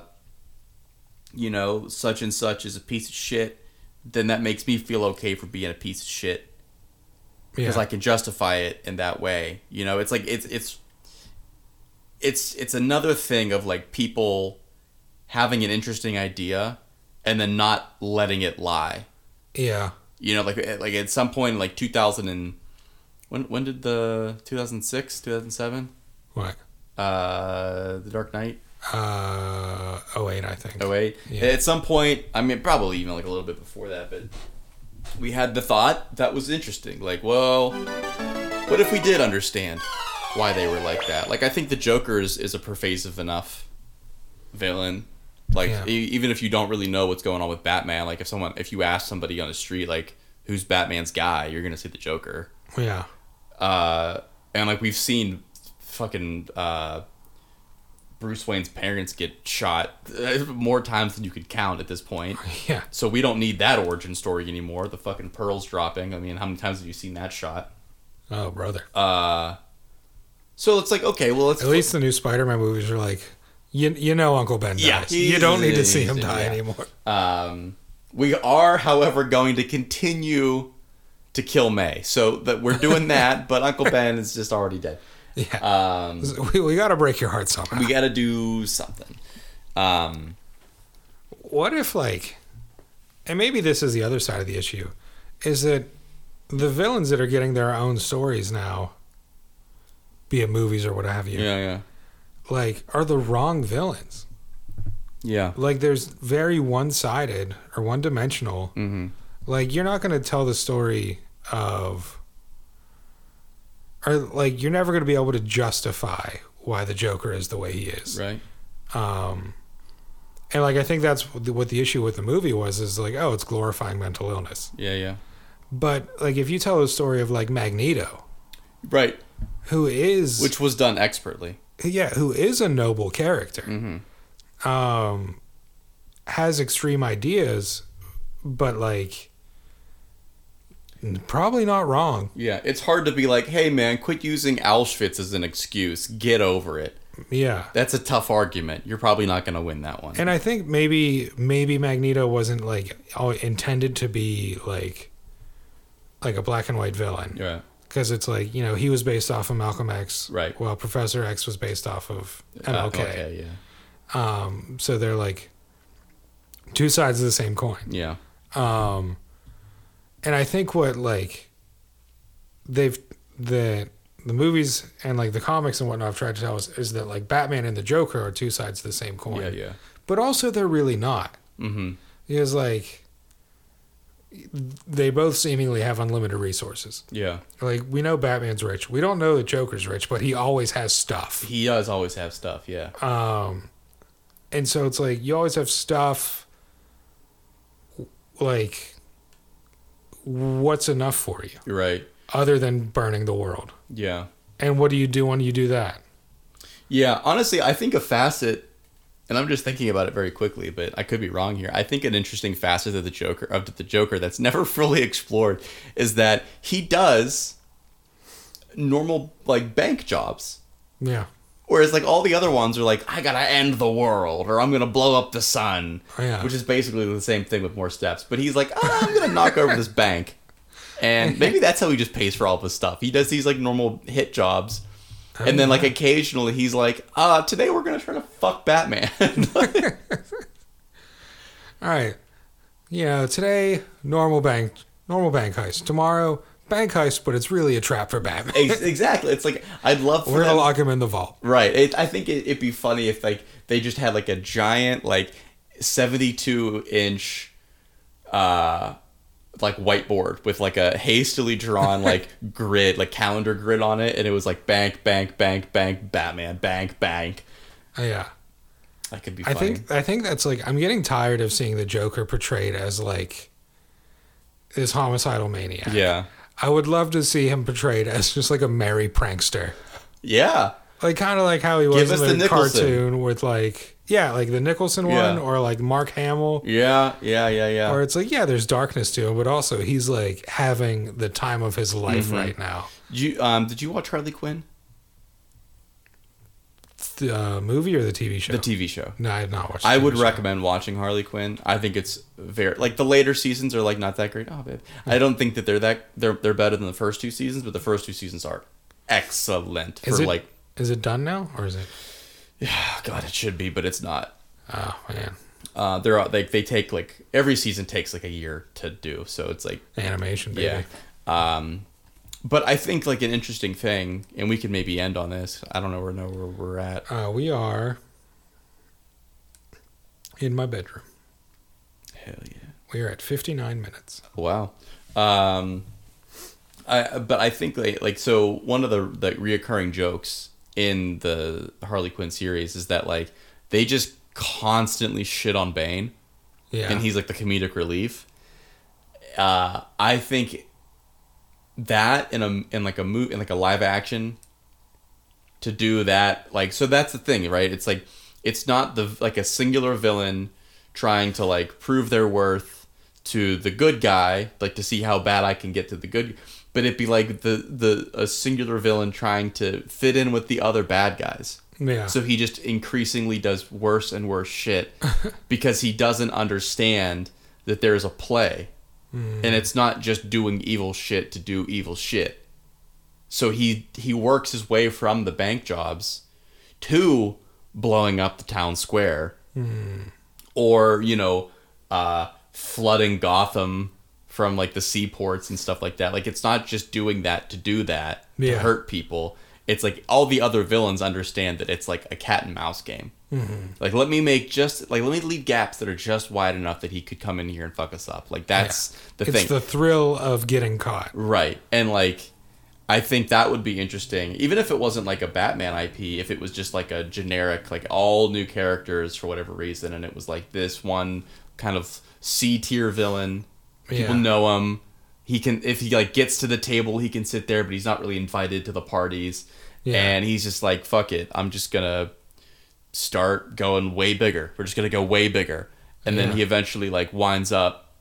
S2: you know such and such is a piece of shit, then that makes me feel okay for being a piece of shit
S1: Yeah.
S2: because I can justify it in that way. You know, it's like it's it's it's it's another thing of like people having an interesting idea and then not letting it lie.
S1: yeah.
S2: You know, like like at some point, like two thousand and when when did the two thousand six two thousand seven
S1: What?
S2: uh the Dark Knight
S1: Uh, 08, I think.
S2: 08.
S1: Yeah.
S2: Oh, At some point, I mean, probably even like a little bit before that, but we had the thought that was interesting. Like, well, what if we did understand why they were like that? Like, I think the Joker is, is a pervasive enough villain. Like,
S1: Yeah.
S2: e- even if you don't really know what's going on with Batman, like if someone, if you ask somebody on the street, like, who's Batman's guy, you're gonna say the Joker
S1: Yeah.
S2: uh, and like we've seen fucking uh, Bruce Wayne's parents get shot uh, more times than you could count at this point.
S1: Yeah.
S2: So we don't need that origin story anymore. The fucking pearls dropping. I mean, how many times have you seen that shot?
S1: Oh, brother.
S2: Uh, So it's like, okay, well, let's
S1: At least the new Spider-Man movies are like, you, you know Uncle Ben dies.
S2: Yeah,
S1: you don't need to see him
S2: he's-
S1: die
S2: yeah.
S1: anymore.
S2: Um, we are, however, going to continue to kill May. So that we're doing *laughs* that, but Uncle Ben is just already dead.
S1: Yeah.
S2: Um,
S1: we we got to break your heart somehow.
S2: we got to do something. Um,
S1: what if like and maybe this is the other side of the issue is that the villains that are getting their own stories now be it movies or what have you
S2: yeah, yeah,
S1: like are the wrong villains
S2: yeah.
S1: like there's very one-sided or one-dimensional
S2: Mm-hmm.
S1: like you're not going to tell the story of or like you're never going to be able to justify why the joker is the way he is
S2: Right.
S1: um and like i think that's what the- what the issue with the movie was is like oh it's glorifying mental illness
S2: Yeah, yeah.
S1: but like if you tell a story of like magneto
S2: Right.
S1: who is
S2: Which was done expertly.
S1: yeah who is a noble character
S2: Mm-hmm.
S1: um has extreme ideas but like n- probably not wrong
S2: Yeah. It's hard to be like, hey, man, quit using Auschwitz as an excuse. Get over it.
S1: yeah
S2: That's a tough argument. You're probably not going to win that one.
S1: and i think maybe maybe magneto wasn't like all intended to be like like a black and white villain
S2: Yeah.
S1: because it's like you know he was based off of Malcolm X,
S2: Right.
S1: Well, Professor X was based off of
S2: Uh,
S1: MLK,
S2: yeah.
S1: um, so they're like two sides of the same coin.
S2: Yeah.
S1: Um, and I think what like they've the the movies and like the comics and whatnot have tried to tell us is that like Batman and the Joker are two sides of the same coin,
S2: Yeah, yeah.
S1: but also they're really not
S2: Mm-hmm.
S1: because like they both seemingly have unlimited resources.
S2: Yeah.
S1: Like we know Batman's rich. We don't know that Joker's rich, but he always has stuff.
S2: He does always have stuff. Yeah.
S1: Um and so it's like you always have stuff like what's enough for you
S2: You're right.
S1: other than burning the world.
S2: Yeah.
S1: And what do you do when you do that?
S2: Yeah, honestly, I think a facet, and I'm just thinking about it very quickly, but I could be wrong here. I think an interesting facet of the Joker of the Joker that's *laughs* never fully explored is that he does normal like bank jobs.
S1: Yeah.
S2: Whereas like all the other ones are like, I gotta end the world or I'm gonna blow up the sun.
S1: Oh, Yeah.
S2: Which is basically the same thing with more steps. But he's like, "Ah, I'm gonna knock over this bank.
S1: *laughs*
S2: And maybe that's how he just pays for all of his stuff. He does these like normal hit jobs.
S1: Oh,
S2: And then like occasionally he's like, uh, today we're gonna try to fuck
S1: *laughs*
S2: Batman. *laughs*
S1: All right. You know, today normal bank normal bank heist. Tomorrow bank heist, but it's really a trap for Batman.
S2: Ex- exactly. It's like I'd love for
S1: *laughs* We're gonna
S2: them-
S1: lock him in the vault.
S2: Right. It, I think it, it'd be funny if like they just had like a giant like seventy-two inch, uh, like whiteboard with like a hastily
S1: *laughs*
S2: drawn like grid, like calendar grid on it, and it was like bank, bank, bank, bank, Batman, bank, bank.
S1: Uh, Yeah.
S2: That could be.
S1: I
S2: Funny.
S1: think I think that's like I'm getting tired of seeing the Joker portrayed as like this homicidal maniac.
S2: Yeah.
S1: I would love to see him portrayed as just like a merry prankster.
S2: Yeah.
S1: Like kind of like how he was
S2: Give us the
S1: in the,
S2: Nicholson.
S1: cartoon with like yeah, like the Nicholson
S2: Yeah.
S1: one or like Mark Hamill
S2: Yeah. Yeah. Yeah. Yeah.
S1: or it's like yeah, there's darkness to him, but also he's like having the time of his
S2: Mm-hmm.
S1: life right now.
S2: Did you um did you watch Harley Quinn?
S1: the uh, movie or the TV show?
S2: The TV show.
S1: no, I have not watched. the
S2: I
S1: TV
S2: would
S1: show.
S2: recommend watching Harley Quinn. I think it's very like the later seasons are like not that great. Oh, babe. I don't think that they're that they're they're better than the first two seasons, but the first two seasons are excellent
S1: Is
S2: for
S1: it-
S2: like
S1: Is it done now or is it?
S2: yeah, God, it should be, but it's not.
S1: Oh man,
S2: Uh, there are like they take like every season takes like a year to do, so it's like
S1: animation. Baby.
S2: yeah. Um, but I think like an interesting thing, and we could maybe end on this. I don't know where know where we're at.
S1: Uh, we are in my bedroom.
S2: Hell yeah.
S1: We are at 59 minutes.
S2: Wow. Um, I but I think like like so one of the the reoccurring jokes in the Harley Quinn series is that like they just constantly shit on Bane
S1: Yeah.
S2: and he's like the comedic relief. Uh, I think that in a in like a move in like a live action to do that like so that's the thing right it's like it's not the like a singular villain trying to like prove their worth to the good guy like to see how bad i can get to the good but it'd be like the the a singular villain trying to fit in with the other bad guys
S1: yeah.
S2: so he just increasingly does worse and worse shit because he doesn't understand that there is a play. And it's not just doing evil shit to do evil shit. So he he works his way from the bank jobs to blowing up the town square or, you know, uh flooding Gotham from like the seaports and stuff like that. Like it's not just doing that to do that to
S1: Yeah.
S2: hurt hurt people. It's like all the other villains understand that it's like a cat and mouse game.
S1: Mm-hmm.
S2: Like, let me make just like let me leave gaps that are just wide enough that he could come in here and fuck us up. Like that's the
S1: it's
S2: thing,
S1: the thrill of getting caught.
S2: right? And like, I think that would be interesting, even if it wasn't like a Batman IP. If it was just like a generic, like all new characters for whatever reason, and it was like this one kind of C tier villain, people
S1: Yeah.
S2: know him. um, He can if he like gets to the table, he can sit there, but he's not really invited to the parties.
S1: Yeah.
S2: And he's just like, "Fuck it, I'm just gonna start going way bigger. We're just gonna go way bigger." And then
S1: Yeah.
S2: he eventually like winds up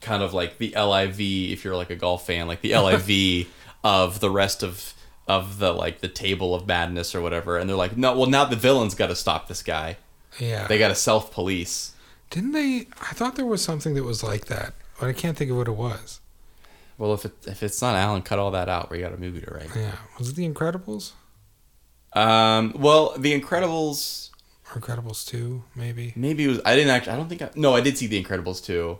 S2: kind of like the LIV if you're like a golf fan, like *laughs* the LIV of the rest of of the like the table of madness or whatever. And they're like, "No, well now the villain's got to stop this guy.
S1: Yeah.
S2: They got to self police."
S1: Didn't they? I thought there was something that was like that, but I can't think of what it was.
S2: Well, if it, if it's not Alan, cut all that out. We got a movie to write.
S1: Yeah. Was it The Incredibles?
S2: Um, well, The Incredibles.
S1: Or Incredibles 2, maybe?
S2: Maybe it was. I didn't actually. I don't think. I, no, I did see The Incredibles too.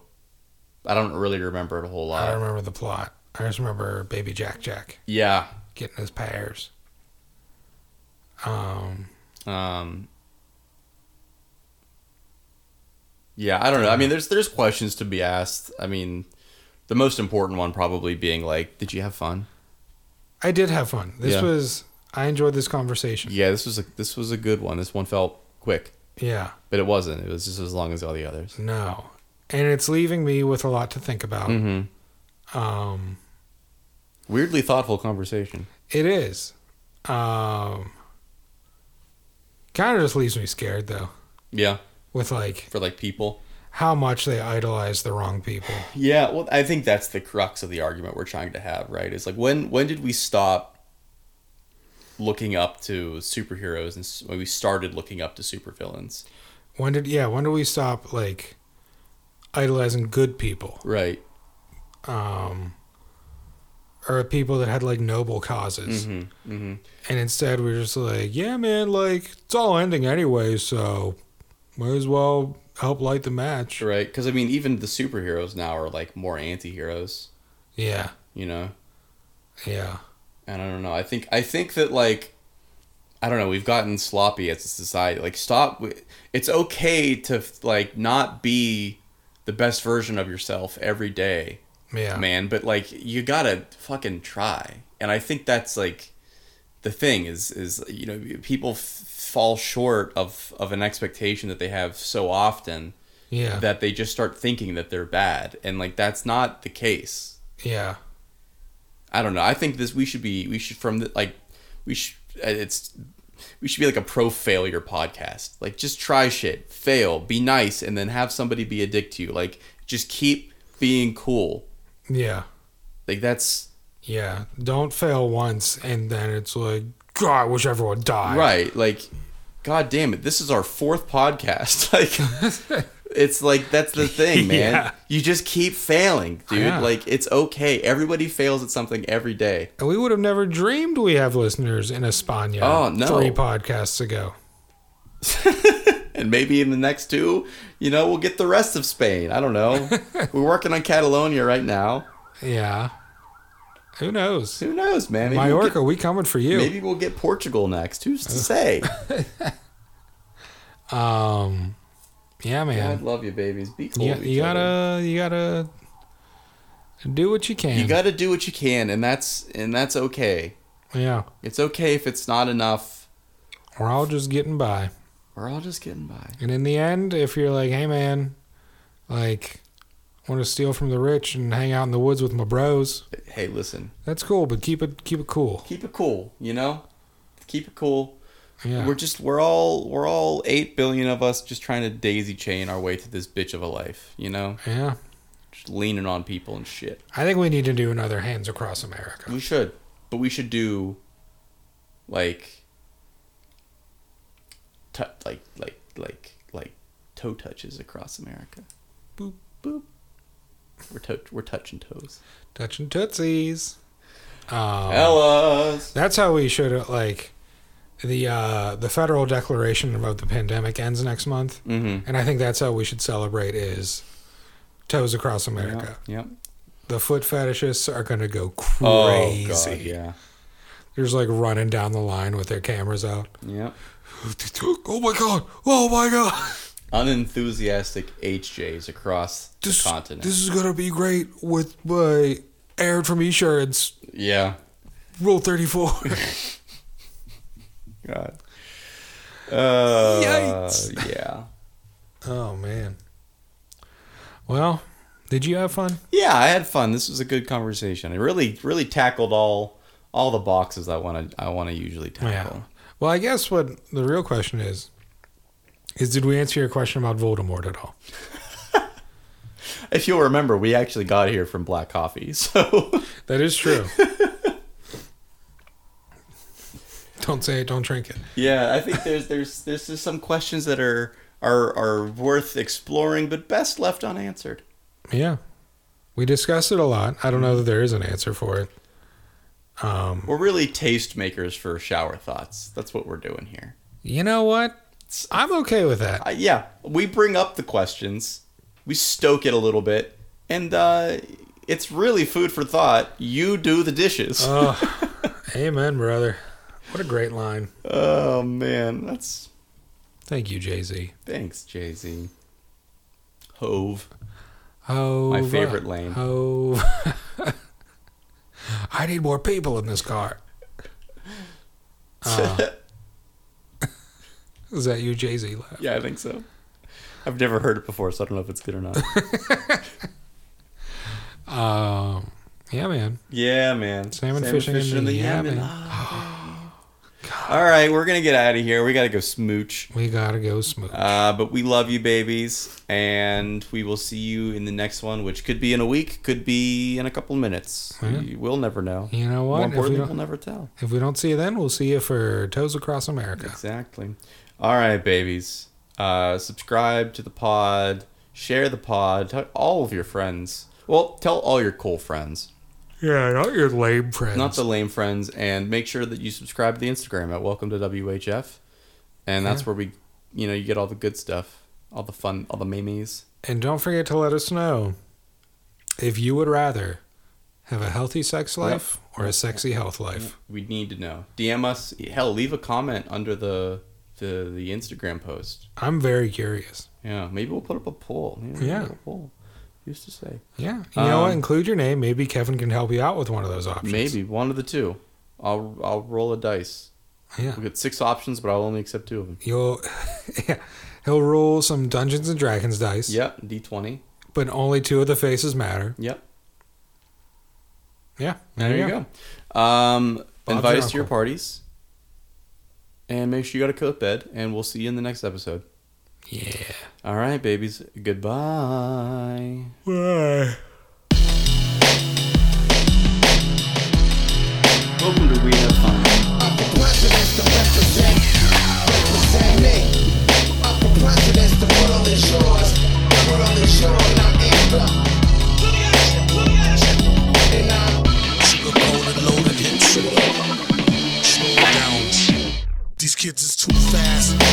S2: I don't really remember it a whole
S1: I
S2: lot.
S1: don't remember the plot. I just remember Baby Jack Jack
S2: yeah.
S1: getting his pears. Um,
S2: Um. Yeah, I don't know. I mean, there's there's questions to be asked. I mean, the most important one probably being like, did you have fun?
S1: I did have fun. This
S2: Yeah.
S1: was, I enjoyed this conversation.
S2: Yeah, this was a this was a good one. This one felt quick,
S1: Yeah.
S2: but it wasn't. It was just as long as all the others.
S1: No. And it's leaving me with a lot to think about.
S2: Mm-hmm.
S1: Um,
S2: Weirdly thoughtful conversation.
S1: it is. Um, kind of just leaves me scared, though,
S2: Yeah,
S1: with like
S2: for like people.
S1: how much they idolize the wrong people.
S2: Yeah, well, I think that's the crux of the argument we're trying to have, right? Is like when when did we stop looking up to superheroes and s- when we started looking up to supervillains?
S1: When did, yeah, when do we stop like idolizing good people?
S2: Right.
S1: um, or people that had like noble causes.
S2: Mm-hmm.
S1: And instead, we are just like, yeah, man, like it's all ending anyway, so might as well help light the match.
S2: Right. Because I mean, even the superheroes now are like more anti-heroes,
S1: Yeah,
S2: you know.
S1: yeah,
S2: And I don't know. I think I think that like I don't know. We've gotten sloppy as a society. Like stop. wi- It's okay to like not be the best version of yourself every day.
S1: yeah,
S2: man but like you gotta fucking try and i think that's like the thing is is you know people f- fall short of of an expectation that they have so often
S1: yeah,
S2: that they just start thinking that they're bad and like that's not the case
S1: yeah,
S2: i don't know i think this we should be we should from the like we should it's we should be like a pro failure podcast like just try shit fail be nice and then have somebody be a dick to you like just keep being cool
S1: yeah,
S2: like that's
S1: yeah. Don't fail once, and then it's like, God, I wish everyone died.
S2: Right. Like, god damn it, this is our fourth podcast. *laughs* Like it's like that's
S1: *laughs*
S2: the thing, man.
S1: Yeah.
S2: You just keep failing, dude.
S1: Yeah.
S2: Like it's okay. Everybody fails at something every day.
S1: And we would have never dreamed we have listeners in España
S2: Oh, no.
S1: three podcasts ago.
S2: And maybe in the next two, you know, we'll get the rest of Spain. I don't
S1: *laughs*
S2: know. We're working on Catalonia right now.
S1: Yeah. Who knows?
S2: Who knows, man? Maybe we'll
S1: Mallorca, we coming for you.
S2: get- maybe we'll get Portugal next. Who's to say?
S1: Um, yeah,
S2: I
S1: man.
S2: love you, babies. Be cool.
S1: You,
S2: to
S1: you
S2: each other.
S1: gotta, you gotta do what you can.
S2: you gotta do what you can, and that's and that's okay.
S1: yeah,
S2: It's okay if it's not enough.
S1: we're all just getting by.
S2: We're all just getting by.
S1: And in the end, if you're like, hey, man, like, want to steal from the rich and hang out in the woods with my bros,
S2: Hey, listen,
S1: that's cool. But keep it, keep it cool.
S2: keep it cool. You know, keep it cool.
S1: Yeah,
S2: We're just we're all we're all eight billion of us just trying to daisy chain our way to this bitch of a life. You know,
S1: yeah.
S2: just leaning on people and shit.
S1: I think we need to do another Hands Across America.
S2: We should, but we should do like, t- like like like like toe touches across America. Boop boop. We're to- we're touching toes.
S1: Touching tootsies. Um,
S2: Ella's.
S1: That's how we should uh, like the uh, the federal declaration about the pandemic ends next month,
S2: Mm-hmm.
S1: and I think that's how we should celebrate is toes across America.
S2: Yep.
S1: The foot fetishists are gonna go
S2: Oh
S1: crazy.
S2: god. Yeah.
S1: They're just like running down the line with their cameras out.
S2: Yep.
S1: Oh my god! Oh my god!
S2: Unenthusiastic HJs across
S1: This
S2: the continent.
S1: this is gonna be great with my Aaron from Esurance
S2: yeah.
S1: Rule Thirty *laughs* Four.
S2: God. Uh,
S1: Yikes.
S2: Yeah.
S1: oh man. Well, did you have fun?
S2: Yeah, I had fun. This was a good conversation. It really, really tackled all all the boxes I want to I want to usually
S1: Oh, Yeah.
S2: tackle.
S1: Well, I guess what the real question is is did we answer your question about Voldemort at all?
S2: If you'll remember, we actually got here from Black Coffee, *laughs* so
S1: That
S2: *laughs*
S1: is true. don't say it, don't drink it.
S2: yeah, I think there's there's there's just some questions that are are are worth exploring, but best left unanswered.
S1: Yeah. We discussed it a lot. I don't know that there is an answer for it.
S2: We're really taste makers for shower thoughts. That's what we're doing here.
S1: You know what? I'm okay with that.
S2: Uh, yeah, we bring up the questions, we stoke it a little bit, and uh, it's really food for thought. You do the dishes.
S1: Oh, amen, brother. What a great line.
S2: oh man, that's
S1: Thank you, Jay Z.
S2: thanks, Jay Z. Hove.
S1: Oh,
S2: My favorite lane.
S1: Oh, *laughs* I need more people in this car. Uh, *laughs* Is that you, Jay Z? laugh?
S2: yeah, I think so. I've never heard it before, so I don't know if it's good or
S1: *laughs*
S2: not.
S1: Um, yeah, man.
S2: yeah, man.
S1: Salmon fishing in the Yemen. *gasps*
S2: Ah, baby. All right, we're gonna get out of here. We gotta go smooch.
S1: We gotta go smooth.
S2: Uh, but we love you, babies, and we will see you in the next one, which could be in a week, could be in a couple minutes.
S1: Oh, Yeah.
S2: We- We'll never know.
S1: You know what?
S2: More
S1: If we
S2: importantly,
S1: don't-
S2: we'll never tell.
S1: if we don't see you then, we'll see you for Toes Across America.
S2: Exactly. All right, babies. Uh, subscribe to the pod. Share the pod. Tell all of your friends. Well, tell all your cool friends,
S1: Yeah, not your lame friends.
S2: not the lame friends, and make sure that you subscribe to the Instagram at Welcome to WHF, and that's
S1: Yeah.
S2: where we, you know, you get all the good stuff, all the fun, all the memes.
S1: and don't forget to let us know if you would rather have a healthy sex life or a sexy health life.
S2: We need to know. DM us. Hell, leave a comment under the the, the Instagram post.
S1: I'm very curious.
S2: Yeah, maybe we'll put up a poll. we'll
S1: Yeah.
S2: put up a poll. Used to say.
S1: Yeah. You know what?
S2: Um,
S1: Include your name. Maybe Kevin can help you out with one of those options.
S2: Maybe one of the two. I'll I'll roll a dice.
S1: Yeah.
S2: We'll get six options, but I'll only accept two of them.
S1: You'll. *laughs* yeah. He'll roll some Dungeons and Dragons dice.
S2: Yep, D twenty.
S1: But only two of the faces matter.
S2: Yep,
S1: Yeah.
S2: there, you go. Um,
S1: Bob's
S2: invite
S1: your
S2: us to your
S1: uncle.
S2: parties, and make sure you got a coat bed. And we'll see you in the next episode.
S1: Yeah.
S2: All right, babies. Goodbye.
S1: Bye.
S2: Welcome to We Have Fun.
S3: President kids is too fast.